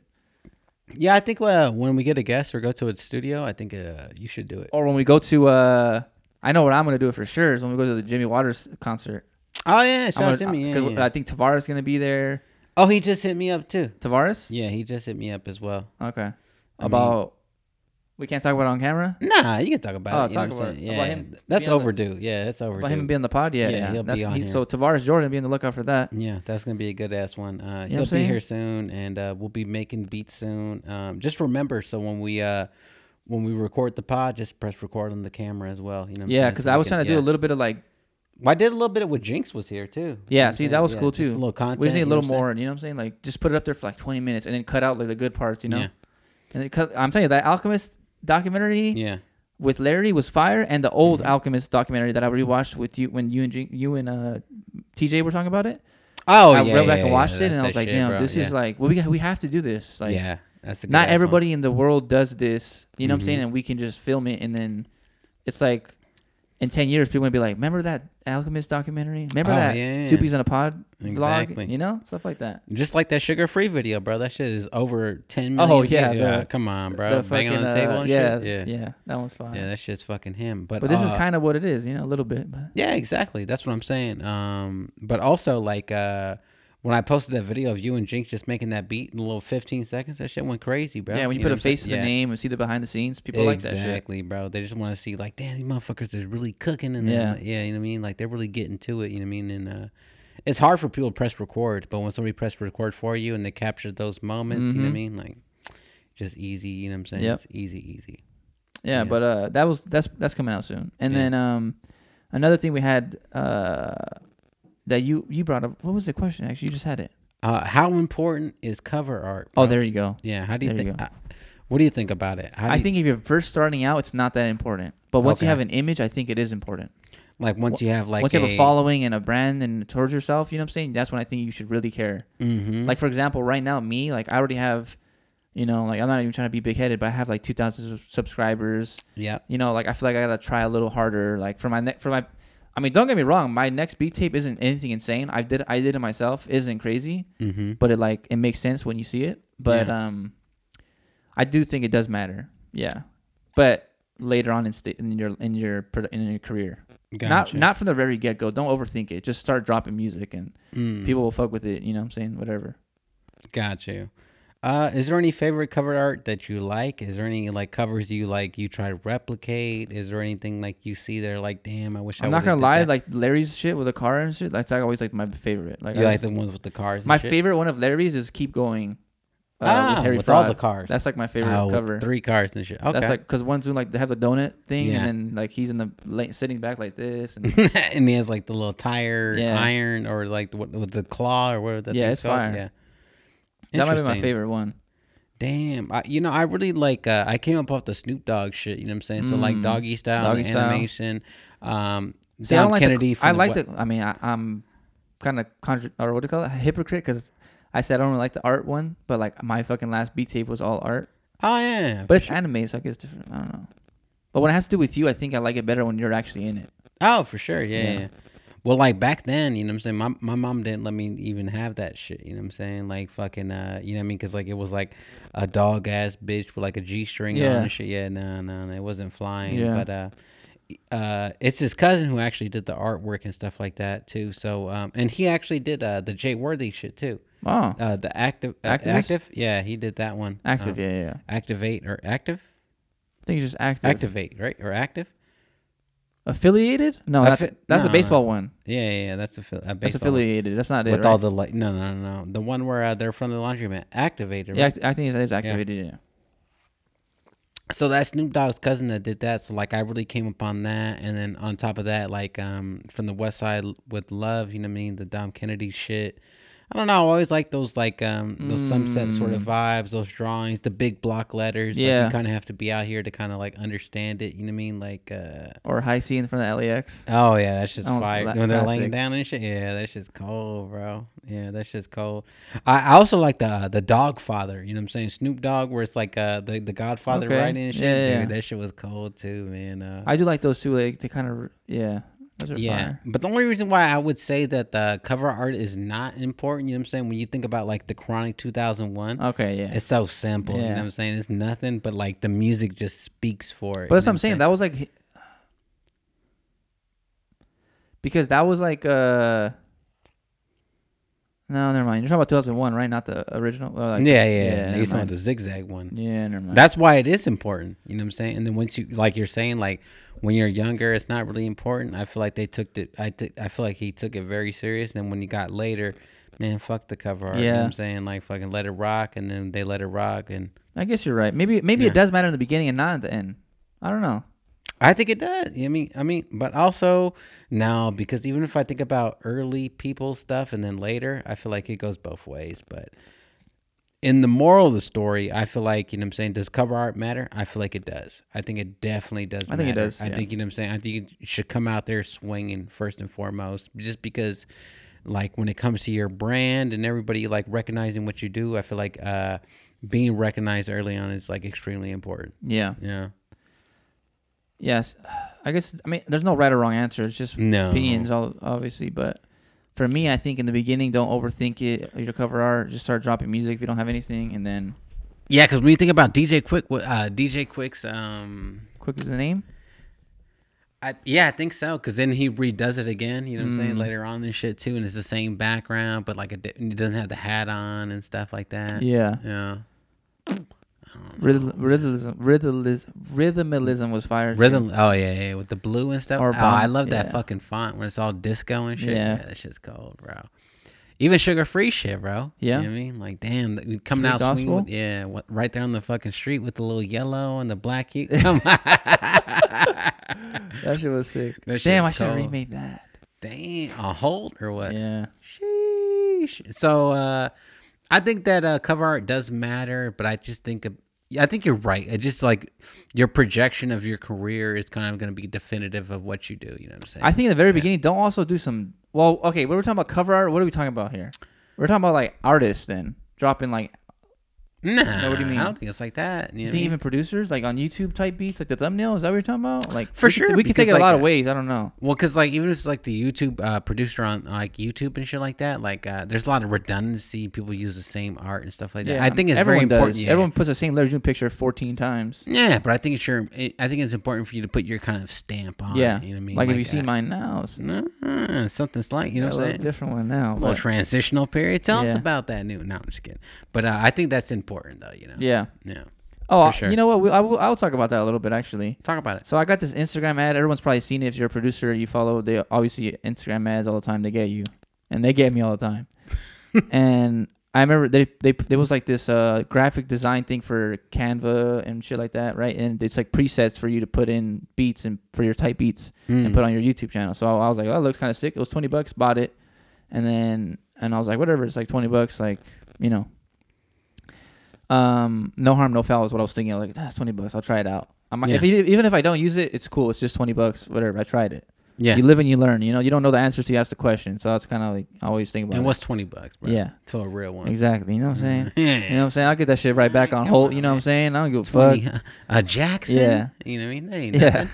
[SPEAKER 1] Yeah, I think uh, when we get a guest or go to a studio, I think uh, you should do it.
[SPEAKER 2] Or when we go to, uh I know what I'm gonna do it for sure is when we go to the Jimmy Waters concert.
[SPEAKER 1] Oh yeah, shout
[SPEAKER 2] I'm
[SPEAKER 1] out to
[SPEAKER 2] gonna-
[SPEAKER 1] me.
[SPEAKER 2] uh,
[SPEAKER 1] Yeah,
[SPEAKER 2] 'cause
[SPEAKER 1] yeah.
[SPEAKER 2] I think Tavares is gonna be there.
[SPEAKER 1] oh, he just hit me up too.
[SPEAKER 2] Tavares.
[SPEAKER 1] Yeah, he just hit me up as well.
[SPEAKER 2] Okay.
[SPEAKER 1] I mean-
[SPEAKER 2] About. we can't talk about it on camera.
[SPEAKER 1] Nah, you can talk about
[SPEAKER 2] Oh,
[SPEAKER 1] it. You
[SPEAKER 2] talk
[SPEAKER 1] know what I'm
[SPEAKER 2] about
[SPEAKER 1] saying?
[SPEAKER 2] it.
[SPEAKER 1] Yeah,
[SPEAKER 2] About him
[SPEAKER 1] that's
[SPEAKER 2] being on the-
[SPEAKER 1] overdue. yeah, that's overdue.
[SPEAKER 2] About him being on the pod. Yeah,
[SPEAKER 1] Yeah,
[SPEAKER 2] yeah.
[SPEAKER 1] he'll be
[SPEAKER 2] That's,
[SPEAKER 1] on
[SPEAKER 2] he-
[SPEAKER 1] here.
[SPEAKER 2] So Tavares Jordan be on the lookout for that.
[SPEAKER 1] yeah, that's gonna be a good ass one. Uh,
[SPEAKER 2] know
[SPEAKER 1] he'll
[SPEAKER 2] what I'm
[SPEAKER 1] be here soon, and uh, we'll be making beats soon. Um, just remember, so when we uh, when we record the pod, just press record on the camera as well. You know. What I'm
[SPEAKER 2] Yeah,
[SPEAKER 1] saying?
[SPEAKER 2] because
[SPEAKER 1] So
[SPEAKER 2] I
[SPEAKER 1] we
[SPEAKER 2] was
[SPEAKER 1] can-
[SPEAKER 2] trying to do
[SPEAKER 1] yeah.
[SPEAKER 2] a little bit of like.
[SPEAKER 1] Well, I did a little bit of what Jinx was here too. You know what
[SPEAKER 2] Yeah,
[SPEAKER 1] I'm
[SPEAKER 2] see,
[SPEAKER 1] saying?
[SPEAKER 2] that was
[SPEAKER 1] Yeah,
[SPEAKER 2] cool
[SPEAKER 1] just A
[SPEAKER 2] too.
[SPEAKER 1] little content.
[SPEAKER 2] we just need
[SPEAKER 1] you
[SPEAKER 2] a
[SPEAKER 1] know
[SPEAKER 2] little
[SPEAKER 1] what I'm saying?
[SPEAKER 2] more. You know what I'm saying? Like just put it up there for like 20 minutes and then cut out like the good parts. You know.
[SPEAKER 1] Yeah.
[SPEAKER 2] And then cut, I'm telling you that Alchemist documentary
[SPEAKER 1] Yeah. Mm-hmm.
[SPEAKER 2] with Larry was fire, and the old Alchemist documentary that I rewatched with you when you and Jin- you and uh, TJ were talking about it.
[SPEAKER 1] Oh
[SPEAKER 2] I
[SPEAKER 1] yeah.
[SPEAKER 2] went back
[SPEAKER 1] yeah,
[SPEAKER 2] and
[SPEAKER 1] yeah,
[SPEAKER 2] watched it,
[SPEAKER 1] that's
[SPEAKER 2] and I
[SPEAKER 1] that
[SPEAKER 2] was like,
[SPEAKER 1] shit,
[SPEAKER 2] damn,
[SPEAKER 1] bro.
[SPEAKER 2] this
[SPEAKER 1] yeah.
[SPEAKER 2] is like, well, we got, we have to do this. Like,
[SPEAKER 1] yeah, that's a good
[SPEAKER 2] not
[SPEAKER 1] ass one.
[SPEAKER 2] everybody in the world does this. You know what I'm saying?
[SPEAKER 1] Mhm.
[SPEAKER 2] And we can just film it, and then it's like, in ten years, people gonna be like, remember that Alchemist documentary? Remember
[SPEAKER 1] Oh,
[SPEAKER 2] that
[SPEAKER 1] yeah.
[SPEAKER 2] Two Peas on a Pod
[SPEAKER 1] Exactly.
[SPEAKER 2] vlog? You know, stuff like that.
[SPEAKER 1] Just like that sugar free video, bro. That shit is over 10
[SPEAKER 2] Oh,
[SPEAKER 1] million.
[SPEAKER 2] yeah,
[SPEAKER 1] views.
[SPEAKER 2] the-
[SPEAKER 1] Ah, come on, bro.
[SPEAKER 2] The
[SPEAKER 1] Bang on the
[SPEAKER 2] fucking,
[SPEAKER 1] table
[SPEAKER 2] uh,
[SPEAKER 1] and
[SPEAKER 2] yeah,
[SPEAKER 1] shit. Yeah.
[SPEAKER 2] yeah, that one's fine.
[SPEAKER 1] yeah. that shit's fucking him. But,
[SPEAKER 2] but this is
[SPEAKER 1] uh,
[SPEAKER 2] kind of what it is, you know, a little bit. But
[SPEAKER 1] Yeah, exactly. That's what I'm saying. Um, but also like uh when I posted that video of you and Jinx just making that beat in a little 15 seconds, that shit went crazy, bro.
[SPEAKER 2] yeah, when you,
[SPEAKER 1] know
[SPEAKER 2] put a
[SPEAKER 1] what I'm
[SPEAKER 2] face to
[SPEAKER 1] saying?
[SPEAKER 2] the
[SPEAKER 1] Yeah.
[SPEAKER 2] name and see the behind the scenes, people
[SPEAKER 1] exactly,
[SPEAKER 2] like that shit.
[SPEAKER 1] bro. They just want to see like, damn, these motherfuckers is really cooking and yeah,
[SPEAKER 2] Yeah.
[SPEAKER 1] yeah, you know what I mean. Like they're really getting to it, you know what I mean. And uh, it's hard for people to press record, but when somebody pressed record for you and they captured those moments, you know what I
[SPEAKER 2] Mhm.
[SPEAKER 1] mean, like just easy. You know what I'm saying?
[SPEAKER 2] Yep.
[SPEAKER 1] It's easy, easy.
[SPEAKER 2] Yeah,
[SPEAKER 1] Yeah.
[SPEAKER 2] but uh, that was that's that's coming out soon. And
[SPEAKER 1] Yeah.
[SPEAKER 2] then um, another thing we had uh, that you you brought up. What was the question? Actually, you just had it.
[SPEAKER 1] Uh, how important is cover art?
[SPEAKER 2] Oh,
[SPEAKER 1] bro?
[SPEAKER 2] there you go.
[SPEAKER 1] Yeah. How do you
[SPEAKER 2] there you
[SPEAKER 1] think?
[SPEAKER 2] go.
[SPEAKER 1] uh, what do you think about it? How do
[SPEAKER 2] I
[SPEAKER 1] you-
[SPEAKER 2] think if you're first starting out, it's not that important. But once you
[SPEAKER 1] Okay.
[SPEAKER 2] have an image, I think it is important.
[SPEAKER 1] like once you have like
[SPEAKER 2] once you have a following and a brand and towards yourself, you know what I'm saying? That's when I think you should really care.
[SPEAKER 1] hmm
[SPEAKER 2] Like for example, right now, me like I already have, you know, like I'm not even trying to be big headed, but I have like 2,000 sus- subscribers.
[SPEAKER 1] yeah,
[SPEAKER 2] you know, like I feel like I gotta try a little harder. Like for my neck, for my, I mean, don't get me wrong, my next beat tape isn't anything insane. I did, I did it myself. Isn't crazy,
[SPEAKER 1] hmm
[SPEAKER 2] but it like it makes sense when you see it. But
[SPEAKER 1] Yeah.
[SPEAKER 2] um, I do think it does matter. Yeah, but later on in sta in your in your pro- in your career, not not from the very get go. Don't overthink it. Just start dropping music and
[SPEAKER 1] Mm.
[SPEAKER 2] people will fuck with it. You know what I'm saying? Whatever.
[SPEAKER 1] Got you. Uh, is there any favorite cover art that you like? Is there any like covers you like you try to replicate? Is there anything like you see that are like, damn, I wish I
[SPEAKER 2] I'm not
[SPEAKER 1] would've
[SPEAKER 2] gonna
[SPEAKER 1] did
[SPEAKER 2] lie,
[SPEAKER 1] that?
[SPEAKER 2] like Larry's shit with the car and shit. That's like always like my favorite. Like,
[SPEAKER 1] you
[SPEAKER 2] I
[SPEAKER 1] like
[SPEAKER 2] just-
[SPEAKER 1] the ones with the cars. and
[SPEAKER 2] my
[SPEAKER 1] shit?
[SPEAKER 2] favorite one of Larry's is "Keep Going." Uh,
[SPEAKER 1] ah,
[SPEAKER 2] with Harry
[SPEAKER 1] with all
[SPEAKER 2] Fraud.
[SPEAKER 1] the cars.
[SPEAKER 2] That's like my favorite
[SPEAKER 1] Oh, with
[SPEAKER 2] cover.
[SPEAKER 1] Three cars and shit. Okay.
[SPEAKER 2] That's like because one's doing like they have the donut thing,
[SPEAKER 1] Yeah.
[SPEAKER 2] and then like he's in the la- sitting back like
[SPEAKER 1] [CLEARS THROAT]
[SPEAKER 2] this, and
[SPEAKER 1] [LAUGHS] and he has like the little tire
[SPEAKER 2] Yeah.
[SPEAKER 1] iron or like what with the claw or whatever that
[SPEAKER 2] Yeah,
[SPEAKER 1] thing's
[SPEAKER 2] it's
[SPEAKER 1] called.
[SPEAKER 2] fire.
[SPEAKER 1] Yeah.
[SPEAKER 2] that might be my
[SPEAKER 1] Interesting.
[SPEAKER 2] favorite one.
[SPEAKER 1] Damn, I, you know, I really like. Uh, I came up off the Snoop Dogg shit. You know what I'm saying? So like
[SPEAKER 2] Mm.
[SPEAKER 1] doggy style,
[SPEAKER 2] Doggy
[SPEAKER 1] the
[SPEAKER 2] style.
[SPEAKER 1] animation. Um,
[SPEAKER 2] See, I
[SPEAKER 1] Dom
[SPEAKER 2] don't like
[SPEAKER 1] Kennedy.
[SPEAKER 2] The, co- I
[SPEAKER 1] from the
[SPEAKER 2] like
[SPEAKER 1] Wa-
[SPEAKER 2] the. I mean, I, I'm kind of contra- or what do you call it? A hypocrite because I said I don't really like the art one, but like my fucking last beat tape was all art,
[SPEAKER 1] Oh yeah,
[SPEAKER 2] but it's anime, so I guess it's different. I don't know. But when it has to do with you, I think I like it better when you're actually in it.
[SPEAKER 1] Oh, for sure. Yeah,
[SPEAKER 2] Yeah.
[SPEAKER 1] yeah. Well, like back then, you know what I'm saying? My, my mom didn't let me even have that shit. You know what I'm saying? Like fucking, uh, you know what I mean? Because like it was like a dog ass bitch with like a G string on
[SPEAKER 2] Yeah.
[SPEAKER 1] and shit. Yeah, no, no, no, it wasn't flying.
[SPEAKER 2] Yeah.
[SPEAKER 1] But uh, uh, it's his cousin who actually did the artwork and stuff like that too. So, um, and he actually did uh, the Jay Worthy shit too.
[SPEAKER 2] Oh,
[SPEAKER 1] Uh, the active, uh,
[SPEAKER 2] Activist?
[SPEAKER 1] active, yeah, he did that one.
[SPEAKER 2] active,
[SPEAKER 1] Um,
[SPEAKER 2] yeah, yeah, yeah.
[SPEAKER 1] activate or active,
[SPEAKER 2] I think it's just active.
[SPEAKER 1] activate, right? Or active?
[SPEAKER 2] affiliated? No,
[SPEAKER 1] Affi-
[SPEAKER 2] that's, that's
[SPEAKER 1] no, no.
[SPEAKER 2] a baseball one.
[SPEAKER 1] Yeah, yeah, yeah. That's a, fil- a
[SPEAKER 2] That's
[SPEAKER 1] baseball one.
[SPEAKER 2] affiliated. That's not it.
[SPEAKER 1] with
[SPEAKER 2] right?
[SPEAKER 1] all the like no no no no the one where uh, they're from the laundromat activated
[SPEAKER 2] yeah,
[SPEAKER 1] right?
[SPEAKER 2] act- I think it is activated. Yeah.
[SPEAKER 1] so that's snoop dogg's cousin that did that so like i really came upon that and then on top of that like um from the west side with love you know what i mean the dom kennedy shit I don't know. I always like those like um those sunset sort of vibes, those drawings, the big block letters. Like,
[SPEAKER 2] Yeah.
[SPEAKER 1] you kind of have to be out here to kind of like understand it. You know what I mean? Like, uh,
[SPEAKER 2] Or high C in front of LAX.
[SPEAKER 1] oh yeah, that's just
[SPEAKER 2] That was
[SPEAKER 1] fire.
[SPEAKER 2] la-
[SPEAKER 1] when they're laying
[SPEAKER 2] classic.
[SPEAKER 1] down and shit, yeah, that's just cold, bro. Yeah, that's just cold. I, I also like the uh, the Dog Father. You know what I'm saying? Snoop Dogg, where it's like uh the the Godfather
[SPEAKER 2] Okay.
[SPEAKER 1] writing and shit.
[SPEAKER 2] Yeah, yeah,
[SPEAKER 1] Dude,
[SPEAKER 2] yeah.
[SPEAKER 1] that shit was cold too, man. Uh,
[SPEAKER 2] I do like those two. Like they kind of yeah. Those are
[SPEAKER 1] yeah
[SPEAKER 2] fire.
[SPEAKER 1] but the only reason why i would say that the cover art is not important you know what i'm saying when you think about like the chronic 2001
[SPEAKER 2] Okay, Oh, yeah.
[SPEAKER 1] it's so simple you know
[SPEAKER 2] Yeah.
[SPEAKER 1] what i'm saying it's nothing but like the music just speaks for it
[SPEAKER 2] But that's
[SPEAKER 1] you
[SPEAKER 2] what
[SPEAKER 1] know
[SPEAKER 2] I'm saying. That was like hi- because that was like uh no, never mind. You're talking about 2001, right? Not the original. uh, like-
[SPEAKER 1] yeah yeah, yeah
[SPEAKER 2] never
[SPEAKER 1] you're talking about
[SPEAKER 2] mind.
[SPEAKER 1] the zigzag one
[SPEAKER 2] yeah, never mind.
[SPEAKER 1] that's why it is important you know what i'm saying and then once you like you're saying like when you're younger it's not really important i feel like they took it i took i feel like he took it very serious and then when he got later man fuck the cover art you know what
[SPEAKER 2] Yeah.
[SPEAKER 1] i'm saying like fucking let it rock and then they let it rock and
[SPEAKER 2] I guess you're right. Maybe maybe
[SPEAKER 1] Yeah.
[SPEAKER 2] it does matter in the beginning and not at the end. I don't know.
[SPEAKER 1] I think it does. I mean, I mean, but also now because even if I think about early people stuff and then later, I feel like it goes both ways. But in the moral of the story, I feel like you know what I'm saying. Does cover art matter? I feel like it does. I think it definitely does.
[SPEAKER 2] I think it
[SPEAKER 1] matter.
[SPEAKER 2] does,
[SPEAKER 1] I
[SPEAKER 2] yeah.
[SPEAKER 1] think you know what I'm saying. I think you should come out there swinging first and foremost, just because, like when it comes to your brand and everybody like recognizing what you do, I feel like uh being recognized early on is like extremely important.
[SPEAKER 2] Yeah.
[SPEAKER 1] Yeah.
[SPEAKER 2] Yes. [SIGHS] I guess I mean there's no right or wrong answer. It's just
[SPEAKER 1] No.
[SPEAKER 2] opinions, all obviously. But for me, I think in the beginning, don't overthink it. Your cover art, just start dropping music if you don't have anything, and then
[SPEAKER 1] Yeah, because when you think about DJ Quick, what- uh, DJ Quick's, um,
[SPEAKER 2] quick is the name.
[SPEAKER 1] I, yeah, I think so. Because then he redoes it again. You know what I'm saying?
[SPEAKER 2] Mm.
[SPEAKER 1] Later on and shit too, and it's the same background, but like it, di- it doesn't have the hat on and stuff like that.
[SPEAKER 2] Yeah.
[SPEAKER 1] Yeah.
[SPEAKER 2] Rhythm, rhythmism, rhythmism, rhythmism was fire. too.
[SPEAKER 1] Rhythm. Oh yeah, yeah, with the blue and stuff.
[SPEAKER 2] Or
[SPEAKER 1] oh, I
[SPEAKER 2] bomb,
[SPEAKER 1] love that
[SPEAKER 2] yeah.
[SPEAKER 1] fucking font when it's all disco and shit. Yeah,
[SPEAKER 2] Yeah.
[SPEAKER 1] that shit's cold, bro. Even sugar free shit, bro.
[SPEAKER 2] Yeah.
[SPEAKER 1] you know what I mean, like damn, th- coming
[SPEAKER 2] Free
[SPEAKER 1] out swinging, with,
[SPEAKER 2] gospel?
[SPEAKER 1] yeah, what, right there on the fucking street with the little yellow and the black. heat. [LAUGHS] Come
[SPEAKER 2] [LAUGHS]
[SPEAKER 1] on.
[SPEAKER 2] That shit was sick.
[SPEAKER 1] That shit
[SPEAKER 2] Damn,
[SPEAKER 1] was
[SPEAKER 2] I should have
[SPEAKER 1] cold.
[SPEAKER 2] remade that.
[SPEAKER 1] Damn, a hold or what?
[SPEAKER 2] Yeah.
[SPEAKER 1] Sheesh. So uh, I think that uh, cover art does matter, but I just think I think you're right. It just like your projection of your career is kind of going to be definitive of what you do. You know what I'm saying?
[SPEAKER 2] I think in the very beginning, don't also do some. Well, okay, we were talking about cover art. What are we talking about here? We're talking about like artists then dropping like
[SPEAKER 1] nah.
[SPEAKER 2] No, what do you mean?
[SPEAKER 1] I don't think it's like that. You know
[SPEAKER 2] is
[SPEAKER 1] what I
[SPEAKER 2] he
[SPEAKER 1] mean?
[SPEAKER 2] even producers like on YouTube type beats like the thumbnail? Is that what you're talking about? Like
[SPEAKER 1] For
[SPEAKER 2] we could-
[SPEAKER 1] sure,
[SPEAKER 2] we can take
[SPEAKER 1] because,
[SPEAKER 2] it a lot
[SPEAKER 1] like,
[SPEAKER 2] of ways. I don't know.
[SPEAKER 1] Well, because like even if it's like the YouTube uh, producer on like YouTube and shit like that, like uh, there's a lot of redundancy. People use the same art and stuff like that. I think it's very
[SPEAKER 2] everyone
[SPEAKER 1] important.
[SPEAKER 2] Does.
[SPEAKER 1] yeah.
[SPEAKER 2] Everyone puts the same Larry June picture 14 times.
[SPEAKER 1] Yeah, but I think it's your. It, I think it's important for you to put your kind of stamp on.
[SPEAKER 2] yeah,
[SPEAKER 1] it, you know what I mean.
[SPEAKER 2] like, if you see
[SPEAKER 1] uh,
[SPEAKER 2] mine now, it's
[SPEAKER 1] Uh, something slight, you know
[SPEAKER 2] a
[SPEAKER 1] what I'm
[SPEAKER 2] little
[SPEAKER 1] saying?
[SPEAKER 2] different one
[SPEAKER 1] A
[SPEAKER 2] now.
[SPEAKER 1] little
[SPEAKER 2] but-
[SPEAKER 1] transitional period. Tell us
[SPEAKER 2] Yeah.
[SPEAKER 1] about that new. No, I'm just kidding. But uh, I think that's important, though. You know.
[SPEAKER 2] yeah.
[SPEAKER 1] Yeah.
[SPEAKER 2] Oh, I-
[SPEAKER 1] sure.
[SPEAKER 2] you know what? We, I will, I'll talk about that a little bit actually.
[SPEAKER 1] Talk about it.
[SPEAKER 2] So I got this Instagram ad. Everyone's probably seen it. If you're a producer, you follow. They obviously Instagram ads all the time. They get you, and they get me all
[SPEAKER 1] [LAUGHS]
[SPEAKER 2] the time. and I remember they they there was like this uh, graphic design thing for Canva and shit like that, right? And it's like presets for you to put in beats and for your type beats
[SPEAKER 1] Hmm.
[SPEAKER 2] and put on your YouTube channel. So I was like, oh, it looks kind of sick. It was twenty bucks. Bought it, and then and I was like, whatever. It's like twenty bucks. Like you know. Um, no harm, no foul is what I was thinking. Like that's twenty bucks. I'll try it out. I'm
[SPEAKER 1] Yeah.
[SPEAKER 2] if you, even if I don't use it, it's cool. It's just twenty bucks. Whatever. I tried it.
[SPEAKER 1] yeah.
[SPEAKER 2] You live and you learn. You know, you don't know the answers till you ask the question. So that's kind of like I always think about.
[SPEAKER 1] and
[SPEAKER 2] it.
[SPEAKER 1] what's twenty bucks, bro?
[SPEAKER 2] Yeah.
[SPEAKER 1] To a real one.
[SPEAKER 2] exactly? You know what I'm saying?
[SPEAKER 1] [LAUGHS] Yeah.
[SPEAKER 2] You know what I'm saying? I'll get that shit right back on
[SPEAKER 1] Come
[SPEAKER 2] hold.
[SPEAKER 1] on,
[SPEAKER 2] You know what I'm saying? I don't give a fuck.
[SPEAKER 1] 20, huh? uh, A Jackson.
[SPEAKER 2] Yeah.
[SPEAKER 1] You know what I mean? That ain't
[SPEAKER 2] Yeah. [LAUGHS]
[SPEAKER 1] nothing.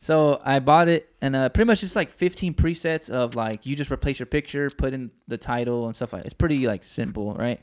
[SPEAKER 2] So I bought it, and uh, pretty much it's like 15 presets of like you just replace your picture, put in the title and stuff like. It's pretty like simple, right?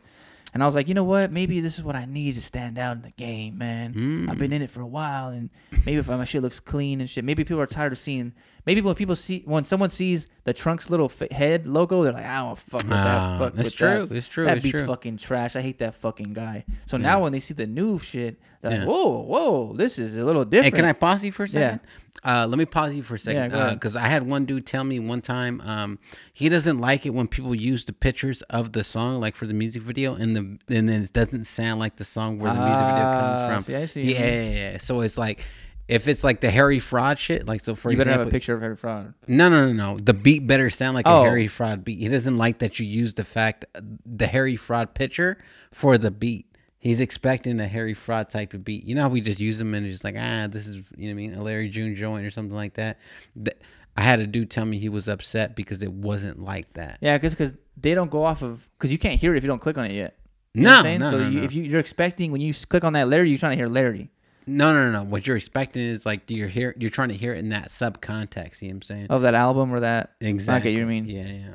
[SPEAKER 2] And I was like, you know what? Maybe this is what I need to stand out in the game, man.
[SPEAKER 1] Hmm.
[SPEAKER 2] I've
[SPEAKER 1] Mm.
[SPEAKER 2] been in it for a while, and maybe if my shit looks clean and shit, maybe people are tired of seeing. Maybe when people see when someone sees the Trunks little fa head logo, they're like, I don't fuck with
[SPEAKER 1] Ah,
[SPEAKER 2] that. Fuck
[SPEAKER 1] it's
[SPEAKER 2] with
[SPEAKER 1] true.
[SPEAKER 2] That.
[SPEAKER 1] It's true.
[SPEAKER 2] That
[SPEAKER 1] it's
[SPEAKER 2] beat's
[SPEAKER 1] true.
[SPEAKER 2] fucking trash. I hate that fucking guy. So now when they see the new shit, they're
[SPEAKER 1] Yeah.
[SPEAKER 2] like, whoa, whoa, this is a little different.
[SPEAKER 1] Hey, can I pause you for a
[SPEAKER 2] Yeah.
[SPEAKER 1] second? Uh, let me pause you for a second
[SPEAKER 2] go ahead.
[SPEAKER 1] because I had one dude tell me one time um, he doesn't like it when people use the pictures of the song, like for the music video, and the and then it doesn't sound like the song where the music video
[SPEAKER 2] Ah,
[SPEAKER 1] comes from.
[SPEAKER 2] see, I see what you
[SPEAKER 1] yeah, yeah, yeah. So it's like if it's like the Harry Fraud shit, like so for
[SPEAKER 2] you better
[SPEAKER 1] example,
[SPEAKER 2] have a picture of Harry Fraud.
[SPEAKER 1] no, no, no, no. The beat better sound like
[SPEAKER 2] Oh.
[SPEAKER 1] a Harry Fraud beat. He doesn't like that you use the fact the Harry Fraud picture for the beat. He's expecting a Harry Fraud type of beat. You know how we just use them and it's just like ah, this is you know what I mean a Larry June joint or something like that. Th- I had a dude tell me he was upset because it wasn't like that.
[SPEAKER 2] Yeah, because they don't go off of because you can't hear it if you don't click on it yet. You know what
[SPEAKER 1] No,
[SPEAKER 2] I'm saying?
[SPEAKER 1] no,
[SPEAKER 2] so
[SPEAKER 1] no,
[SPEAKER 2] you,
[SPEAKER 1] no.
[SPEAKER 2] if you, you're expecting when you s- click on that Larry, you're trying to hear Larry.
[SPEAKER 1] no, no, no, no. What you're expecting is like you're hear you're trying to hear it in that sub context. You know what I'm saying?
[SPEAKER 2] of that album or that.
[SPEAKER 1] exactly.
[SPEAKER 2] you mean.
[SPEAKER 1] Yeah, yeah,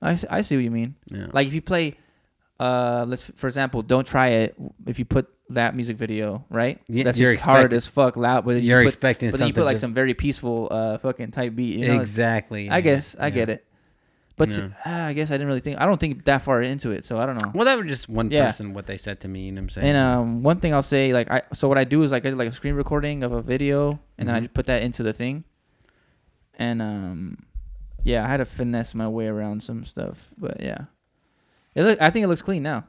[SPEAKER 2] I, s- I see what you mean.
[SPEAKER 1] yeah.
[SPEAKER 2] Like if you play, uh, let's for example, don't try it. If you put that music video, right?
[SPEAKER 1] Yeah,
[SPEAKER 2] That's
[SPEAKER 1] you're
[SPEAKER 2] just hard
[SPEAKER 1] expect-
[SPEAKER 2] as fuck, loud. But
[SPEAKER 1] you're
[SPEAKER 2] you put,
[SPEAKER 1] expecting
[SPEAKER 2] but then
[SPEAKER 1] something.
[SPEAKER 2] you put like
[SPEAKER 1] diff-
[SPEAKER 2] some very peaceful, uh, fucking type beat. You know? It's-
[SPEAKER 1] exactly.
[SPEAKER 2] I guess I get it, but s-
[SPEAKER 1] Yeah.
[SPEAKER 2] ah, I guess I didn't really think. I don't think that far into it, so I don't know.
[SPEAKER 1] Well, that was just one
[SPEAKER 2] Yeah.
[SPEAKER 1] person what they said to me. You know what I'm saying?
[SPEAKER 2] And um, one thing I'll say, like I, so what I do is like I do like a screen recording of a video, and then I
[SPEAKER 1] Mhm.
[SPEAKER 2] just put that into the thing. And um, yeah, I had to finesse my way around some stuff, but yeah, it look. I think it looks clean now.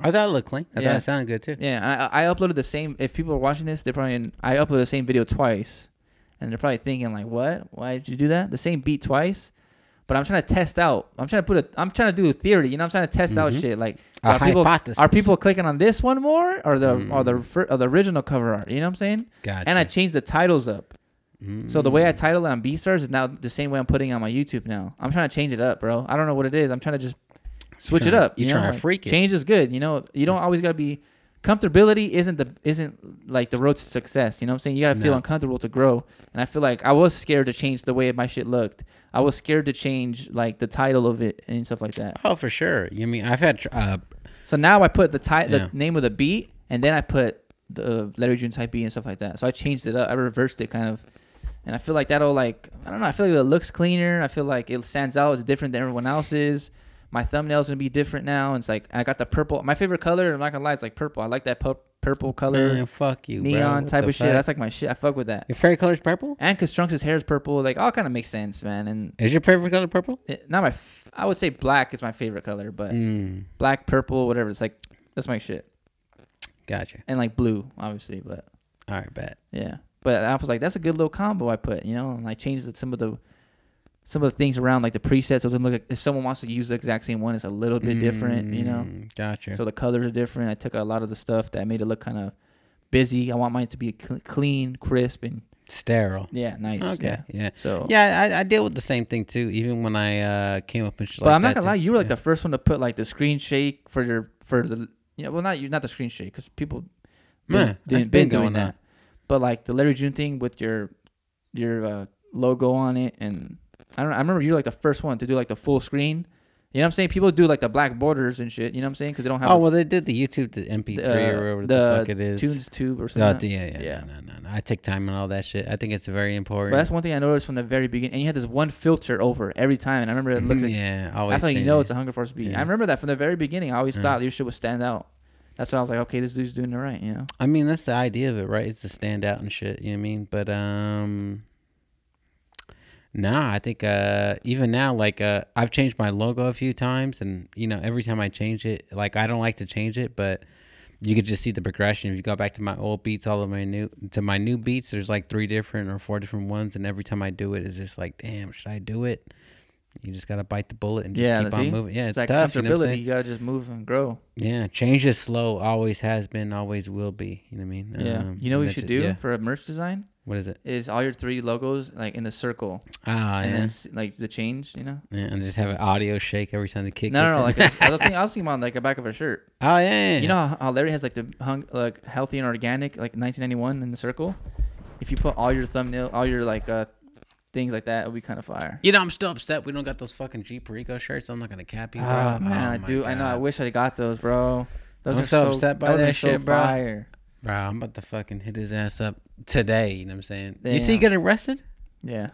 [SPEAKER 1] I thought it looked clean. I
[SPEAKER 2] Yeah.
[SPEAKER 1] thought it sounded good too.
[SPEAKER 2] Yeah, I, I uploaded the same. If people are watching this, they're probably in, I uploaded the same video twice, and they're probably thinking like, "What? Why did you do that? The same beat twice?" But I'm trying to test out. I'm trying to put a. I'm trying to do a theory. You know, I'm trying to test out
[SPEAKER 1] Mhm.
[SPEAKER 2] shit. Like,
[SPEAKER 1] A
[SPEAKER 2] are people
[SPEAKER 1] hypothesis.
[SPEAKER 2] are people clicking on this one more or the
[SPEAKER 1] Mm.
[SPEAKER 2] or the fir- or the original cover art? You know what I'm saying?
[SPEAKER 1] Gotcha.
[SPEAKER 2] And I changed the titles up.
[SPEAKER 1] Mm.
[SPEAKER 2] So the way I title it on B stars is now the same way I'm putting it on my YouTube now. I'm trying to change it up, bro. I don't know what it is. I'm trying to just switch it
[SPEAKER 1] trying to-
[SPEAKER 2] up.
[SPEAKER 1] you
[SPEAKER 2] know?
[SPEAKER 1] trying to
[SPEAKER 2] Like,
[SPEAKER 1] freak it.
[SPEAKER 2] Change is good. You know, you don't always gotta be comfortability isn't the isn't like the road to success. You know what I'm saying? You gotta feel
[SPEAKER 1] No.
[SPEAKER 2] uncomfortable to grow. And I feel like I was scared to change the way my shit looked. I was scared to change like the title of it and stuff like that.
[SPEAKER 1] Oh, for sure. You mean I've had tr- uh,
[SPEAKER 2] So now I put the ti-
[SPEAKER 1] Yeah.
[SPEAKER 2] the name of the beat, and then I put the letter June type B and stuff like that. So I changed it up. I reversed it kind of, and I feel like that'll like I don't know. I feel like it looks cleaner. I feel like it stands out. It's different than everyone else's. My thumbnail's gonna be different now. It's like I got the purple. My favorite color. I'm not gonna lie. It's like purple. I like that pu- purple color,
[SPEAKER 1] man, uh, fuck you, bro.
[SPEAKER 2] neon
[SPEAKER 1] What
[SPEAKER 2] type
[SPEAKER 1] the
[SPEAKER 2] of shit.
[SPEAKER 1] fuck?
[SPEAKER 2] That's like my shit. I fuck with that.
[SPEAKER 1] your favorite color is purple.
[SPEAKER 2] And cause Trunks' hair is purple, like all kind of makes sense, man. And
[SPEAKER 1] Is your favorite color purple?
[SPEAKER 2] it, not my, f- I would say black is my favorite color, but
[SPEAKER 1] Mm.
[SPEAKER 2] black, purple, whatever. It's like that's my shit
[SPEAKER 1] Gotcha.
[SPEAKER 2] and like blue, obviously. But
[SPEAKER 1] All right, bet.
[SPEAKER 2] yeah, but I was like, that's a good little combo I put, you know. And I changed the- some of the some of the things around, like the presets. Doesn't look like if someone wants to use the exact same one, it's a little bit different, you know.
[SPEAKER 1] Mm, Gotcha.
[SPEAKER 2] So the colors are different. I took out a lot of the stuff that made it look kind of busy. I want mine to be cl- clean, crisp, and
[SPEAKER 1] Sterile.
[SPEAKER 2] yeah, nice.
[SPEAKER 1] Okay.
[SPEAKER 2] Yeah.
[SPEAKER 1] Yeah.
[SPEAKER 2] So.
[SPEAKER 1] Yeah, I, I deal with the same thing too. Even when I uh, came up and shit
[SPEAKER 2] But
[SPEAKER 1] like
[SPEAKER 2] I'm not
[SPEAKER 1] that
[SPEAKER 2] gonna
[SPEAKER 1] too.
[SPEAKER 2] lie, you were like
[SPEAKER 1] Yeah.
[SPEAKER 2] the first one to put like the screen shake for your for the you know well not you not the screen shake because people
[SPEAKER 1] Man,
[SPEAKER 2] been,
[SPEAKER 1] that's
[SPEAKER 2] been,
[SPEAKER 1] been
[SPEAKER 2] been doing
[SPEAKER 1] going
[SPEAKER 2] that.
[SPEAKER 1] on.
[SPEAKER 2] But like the Larry June thing with your your uh, logo on it, and I don't know, I remember you were like the first one to do like the full screen. You know what I'm saying? People do like the black borders and shit. You know what I'm saying? Because they don't have
[SPEAKER 1] Oh
[SPEAKER 2] the-
[SPEAKER 1] well, they did the YouTube to MP3
[SPEAKER 2] uh,
[SPEAKER 1] or whatever the, fuck it is.
[SPEAKER 2] Tunes Tube or
[SPEAKER 1] Oh,
[SPEAKER 2] something.
[SPEAKER 1] d- yeah, yeah,
[SPEAKER 2] Yeah.
[SPEAKER 1] yeah. No, no, no. I take time and all that shit. I think it's very
[SPEAKER 2] but
[SPEAKER 1] important.
[SPEAKER 2] that's one thing I noticed from the very beginning. And you had this one filter over every time, and I remember it
[SPEAKER 1] [CLEARS THROAT]
[SPEAKER 2] looks like
[SPEAKER 1] yeah, always.
[SPEAKER 2] that's how you
[SPEAKER 1] changing.
[SPEAKER 2] know it's a Hunger Force beat. I
[SPEAKER 1] Yeah.
[SPEAKER 2] remember that from the very beginning. I always
[SPEAKER 1] Yeah.
[SPEAKER 2] thought your shit would stand out. That's why I was like, okay, this dude's doing it right. You know?
[SPEAKER 1] I mean, that's the idea of it, right? It's to stand out and shit. You know what I mean? But um, nah, I think uh, even now, like uh, I've changed my logo a few times, and you know, every time I change it, like I don't like to change it, but you could just see the progression. If you go back to my old beats, all of my new to my new beats, there's like three different or four different ones, and every time I do it, it's just like, damn, should I do it? You just gotta bite the bullet and just
[SPEAKER 2] Yeah,
[SPEAKER 1] keep
[SPEAKER 2] see?
[SPEAKER 1] on moving. Yeah,
[SPEAKER 2] It's
[SPEAKER 1] it's
[SPEAKER 2] that
[SPEAKER 1] tough. You know what I'm
[SPEAKER 2] comfortability.
[SPEAKER 1] saying?
[SPEAKER 2] You gotta just move and grow.
[SPEAKER 1] Yeah, change is slow. Always has been. Always will be. You know what I mean?
[SPEAKER 2] Yeah.
[SPEAKER 1] Um,
[SPEAKER 2] you know what you
[SPEAKER 1] that's
[SPEAKER 2] should
[SPEAKER 1] it.
[SPEAKER 2] do
[SPEAKER 1] Yeah.
[SPEAKER 2] for a merch design
[SPEAKER 1] What is it?
[SPEAKER 2] is all your three logos like in a circle,
[SPEAKER 1] Ah,
[SPEAKER 2] and
[SPEAKER 1] yeah.
[SPEAKER 2] then s- like the change. You know?
[SPEAKER 1] yeah. And just have an audio shake every time the kick.
[SPEAKER 2] No,
[SPEAKER 1] gets
[SPEAKER 2] no, no.
[SPEAKER 1] in. [LAUGHS]
[SPEAKER 2] Like a, I was thinking, I was thinking on like the back of a shirt.
[SPEAKER 1] oh yeah, yeah,
[SPEAKER 2] You know how- how Larry has like the hung, like healthy and organic like 1991 in the circle. If you put all your thumbnail, all your like uh things like that, it would be kind of fire.
[SPEAKER 1] You know, I'm still upset we don't got those fucking Jeep Rico shirts. I'm not gonna cap you, bro.
[SPEAKER 2] Oh, man, I
[SPEAKER 1] my
[SPEAKER 2] do. I know. I
[SPEAKER 1] God.
[SPEAKER 2] wish I got those, bro. Those
[SPEAKER 1] I'm
[SPEAKER 2] are
[SPEAKER 1] so
[SPEAKER 2] so
[SPEAKER 1] upset by
[SPEAKER 2] those are
[SPEAKER 1] that
[SPEAKER 2] so
[SPEAKER 1] shit, bro.
[SPEAKER 2] Fire.
[SPEAKER 1] Bro, I'm about to fucking hit his ass up today. You know what I'm saying? You see,
[SPEAKER 2] Damn.
[SPEAKER 1] he get arrested? [SIGHS]
[SPEAKER 2] Yeah.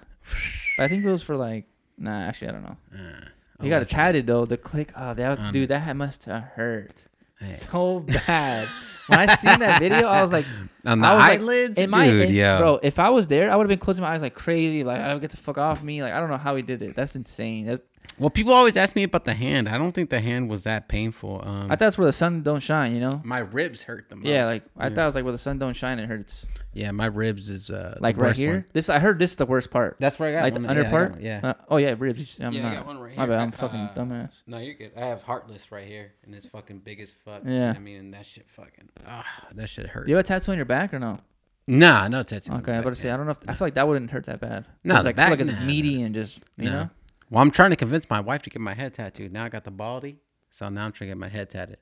[SPEAKER 2] But I think it was for like. Nah, actually, I don't know.
[SPEAKER 1] Uh,
[SPEAKER 2] You got it tatted though. The click. Oh, that
[SPEAKER 1] Um,
[SPEAKER 2] dude, that must have hurt
[SPEAKER 1] Hey.
[SPEAKER 2] so bad. when I seen that video, I
[SPEAKER 1] [LAUGHS]
[SPEAKER 2] was like,
[SPEAKER 1] on the
[SPEAKER 2] I was like,
[SPEAKER 1] eyelids,
[SPEAKER 2] in my
[SPEAKER 1] dude.
[SPEAKER 2] in-
[SPEAKER 1] yeah,
[SPEAKER 2] bro, if I was there, I would have been closing my eyes like crazy. Like, I don't get the fuck off me. Like, I don't know how he did it. That's insane. That's,
[SPEAKER 1] Well, people always ask me about the hand. I don't think the hand was that painful. Um,
[SPEAKER 2] I thought it's where the sun don't shine, you know?
[SPEAKER 1] my ribs hurt the most.
[SPEAKER 2] Yeah, like I thought it was like where the sun don't shine, it hurts.
[SPEAKER 1] yeah, my ribs is uh, the
[SPEAKER 2] Like right
[SPEAKER 1] worst
[SPEAKER 2] here.
[SPEAKER 1] one.
[SPEAKER 2] This I heard this is the worst part.
[SPEAKER 1] That's where I got
[SPEAKER 2] like
[SPEAKER 1] one. Yeah,
[SPEAKER 2] the
[SPEAKER 1] I
[SPEAKER 2] under
[SPEAKER 1] got
[SPEAKER 2] part.
[SPEAKER 1] one. Yeah.
[SPEAKER 2] Uh, oh yeah, ribs. I'm
[SPEAKER 1] Yeah, I
[SPEAKER 2] not.
[SPEAKER 1] got one right
[SPEAKER 2] My
[SPEAKER 1] here.
[SPEAKER 2] bad. I'm
[SPEAKER 1] Uh,
[SPEAKER 2] fucking dumbass.
[SPEAKER 1] No, you're good. I have heartless right here, and it's fucking big as fuck.
[SPEAKER 2] Yeah.
[SPEAKER 1] I mean, and that shit fucking. Ah, that shit hurt.
[SPEAKER 2] You have a tattoo on your back or no?
[SPEAKER 1] Nah, no tattoo.
[SPEAKER 2] Okay, I was about to say I don't know. If, I feel like that wouldn't hurt that bad.
[SPEAKER 1] No,
[SPEAKER 2] 'Cause,
[SPEAKER 1] the
[SPEAKER 2] like, I feel
[SPEAKER 1] back,
[SPEAKER 2] like it's
[SPEAKER 1] nah,
[SPEAKER 2] meaty and just you
[SPEAKER 1] No.
[SPEAKER 2] know.
[SPEAKER 1] Well, I'm trying to convince my wife to get my head tattooed. Now I got the baldy, so now I'm trying to get my head tatted.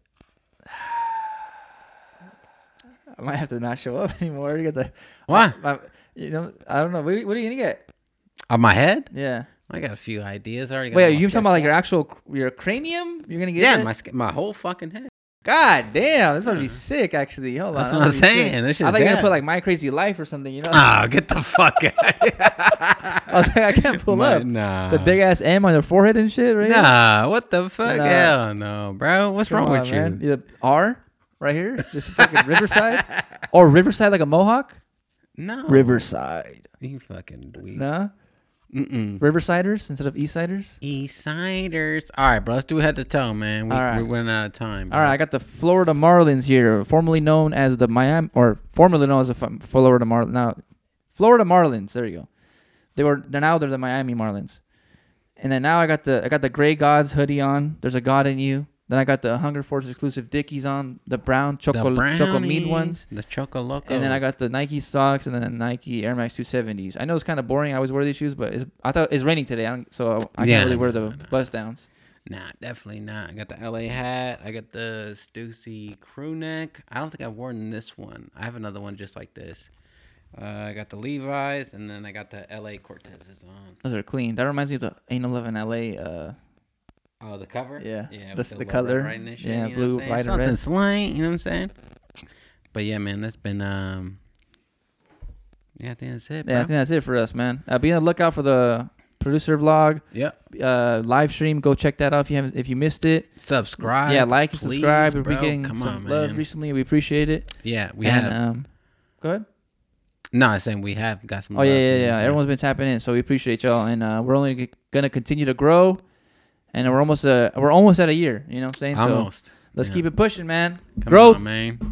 [SPEAKER 2] I might have to not show up [LAUGHS] anymore to get the.
[SPEAKER 1] Why?
[SPEAKER 2] My- you know, I don't know. What, what are you gonna get?
[SPEAKER 1] On my head?
[SPEAKER 2] Yeah.
[SPEAKER 1] I got a few ideas. I already. Got
[SPEAKER 2] Wait, are
[SPEAKER 1] them
[SPEAKER 2] you
[SPEAKER 1] off
[SPEAKER 2] talking
[SPEAKER 1] there.
[SPEAKER 2] about like your actual cr- your cranium? You're gonna get?
[SPEAKER 1] Yeah,
[SPEAKER 2] that?
[SPEAKER 1] my sk- my whole fucking
[SPEAKER 2] [LAUGHS]
[SPEAKER 1] head.
[SPEAKER 2] God damn, this gonna be
[SPEAKER 1] Yeah.
[SPEAKER 2] sick. Actually, hold
[SPEAKER 1] That's
[SPEAKER 2] on.
[SPEAKER 1] what I'm
[SPEAKER 2] that'd be sick.
[SPEAKER 1] saying. This shit's
[SPEAKER 2] I thought you were gonna
[SPEAKER 1] bad.
[SPEAKER 2] put like my crazy life or something. You know.
[SPEAKER 1] Ah, get the fuck out.
[SPEAKER 2] [LAUGHS] I was like, I can't pull
[SPEAKER 1] My-
[SPEAKER 2] up.
[SPEAKER 1] Nah.
[SPEAKER 2] The big ass M on your forehead and shit, right? here?
[SPEAKER 1] Nah, what the fuck?
[SPEAKER 2] Nah.
[SPEAKER 1] Hell no, bro. What's
[SPEAKER 2] Come
[SPEAKER 1] wrong
[SPEAKER 2] on,
[SPEAKER 1] with
[SPEAKER 2] man.
[SPEAKER 1] you?
[SPEAKER 2] The R right here, just
[SPEAKER 1] [LAUGHS]
[SPEAKER 2] fucking Riverside, or Riverside like a mohawk.
[SPEAKER 1] No.
[SPEAKER 2] Riverside,
[SPEAKER 1] You fucking weak.
[SPEAKER 2] no
[SPEAKER 1] Mm-mm.
[SPEAKER 2] Riversiders instead of Eastsiders.
[SPEAKER 1] East Siders. All right, bro. Let's do head to toe, man. We,
[SPEAKER 2] All right.
[SPEAKER 1] we went out of time.
[SPEAKER 2] All right, I got the Florida Marlins here, formerly known as the Miami, or formerly known as the F- Florida Marlins. Now, Florida Marlins. There you go. They were. They're now they're the Miami Marlins. And then now I got the I got the Gray Gods hoodie on. There's a God in you. Then I got the Hunger Force exclusive Dickies on, the brown
[SPEAKER 1] The
[SPEAKER 2] choco choco
[SPEAKER 1] brownies,
[SPEAKER 2] mean ones.
[SPEAKER 1] The Choco Loco.
[SPEAKER 2] And then I got the Nike socks and then the Nike Air Max 270s. I know it's kind of boring. I always wear these shoes, but it's, I thought it's raining today, I don't, so I
[SPEAKER 1] Yeah,
[SPEAKER 2] can't really wear
[SPEAKER 1] no,
[SPEAKER 2] the bust downs.
[SPEAKER 1] Nah, definitely not. I got the LA hat. I got the Stussy crew neck. I don't think I've worn this one. I have another one just like this. Uh, I got the Levi's, and then I got the LA Cortezes Oh, on.
[SPEAKER 2] Those are clean. That reminds me of the Ain't No Love in LA. Uh,
[SPEAKER 1] Oh, the cover?
[SPEAKER 2] Yeah.
[SPEAKER 1] Yeah. with
[SPEAKER 2] That's the
[SPEAKER 1] little
[SPEAKER 2] color.
[SPEAKER 1] red writing and shit,
[SPEAKER 2] Yeah,
[SPEAKER 1] you know what
[SPEAKER 2] blue,
[SPEAKER 1] I'm saying?
[SPEAKER 2] white, and
[SPEAKER 1] Something
[SPEAKER 2] red.
[SPEAKER 1] slight, you know what I'm saying? But yeah, man, that's been um Yeah, I think that's it, bro.
[SPEAKER 2] yeah, I think that's it for us, man. Uh, be on the lookout for the producer vlog
[SPEAKER 1] yep.
[SPEAKER 2] uh, live stream. Go check that out if you haven't, if you missed it.
[SPEAKER 1] Subscribe.
[SPEAKER 2] yeah, like and
[SPEAKER 1] please,
[SPEAKER 2] subscribe. We're
[SPEAKER 1] bro.
[SPEAKER 2] getting
[SPEAKER 1] Come
[SPEAKER 2] some
[SPEAKER 1] on, man.
[SPEAKER 2] love recently. We appreciate it.
[SPEAKER 1] yeah, we
[SPEAKER 2] And,
[SPEAKER 1] have
[SPEAKER 2] Um, go ahead.
[SPEAKER 1] No, I'm saying we have got some
[SPEAKER 2] Oh yeah,
[SPEAKER 1] love,
[SPEAKER 2] yeah,
[SPEAKER 1] man.
[SPEAKER 2] yeah. Everyone's been tapping in, so we appreciate y'all, and uh, we're only g- gonna continue to grow. And we're almost uh, we're almost at a year. You know what I'm saying? So
[SPEAKER 1] almost.
[SPEAKER 2] let's
[SPEAKER 1] Yeah.
[SPEAKER 2] keep it pushing, man.
[SPEAKER 1] Come
[SPEAKER 2] Growth.
[SPEAKER 1] on, man.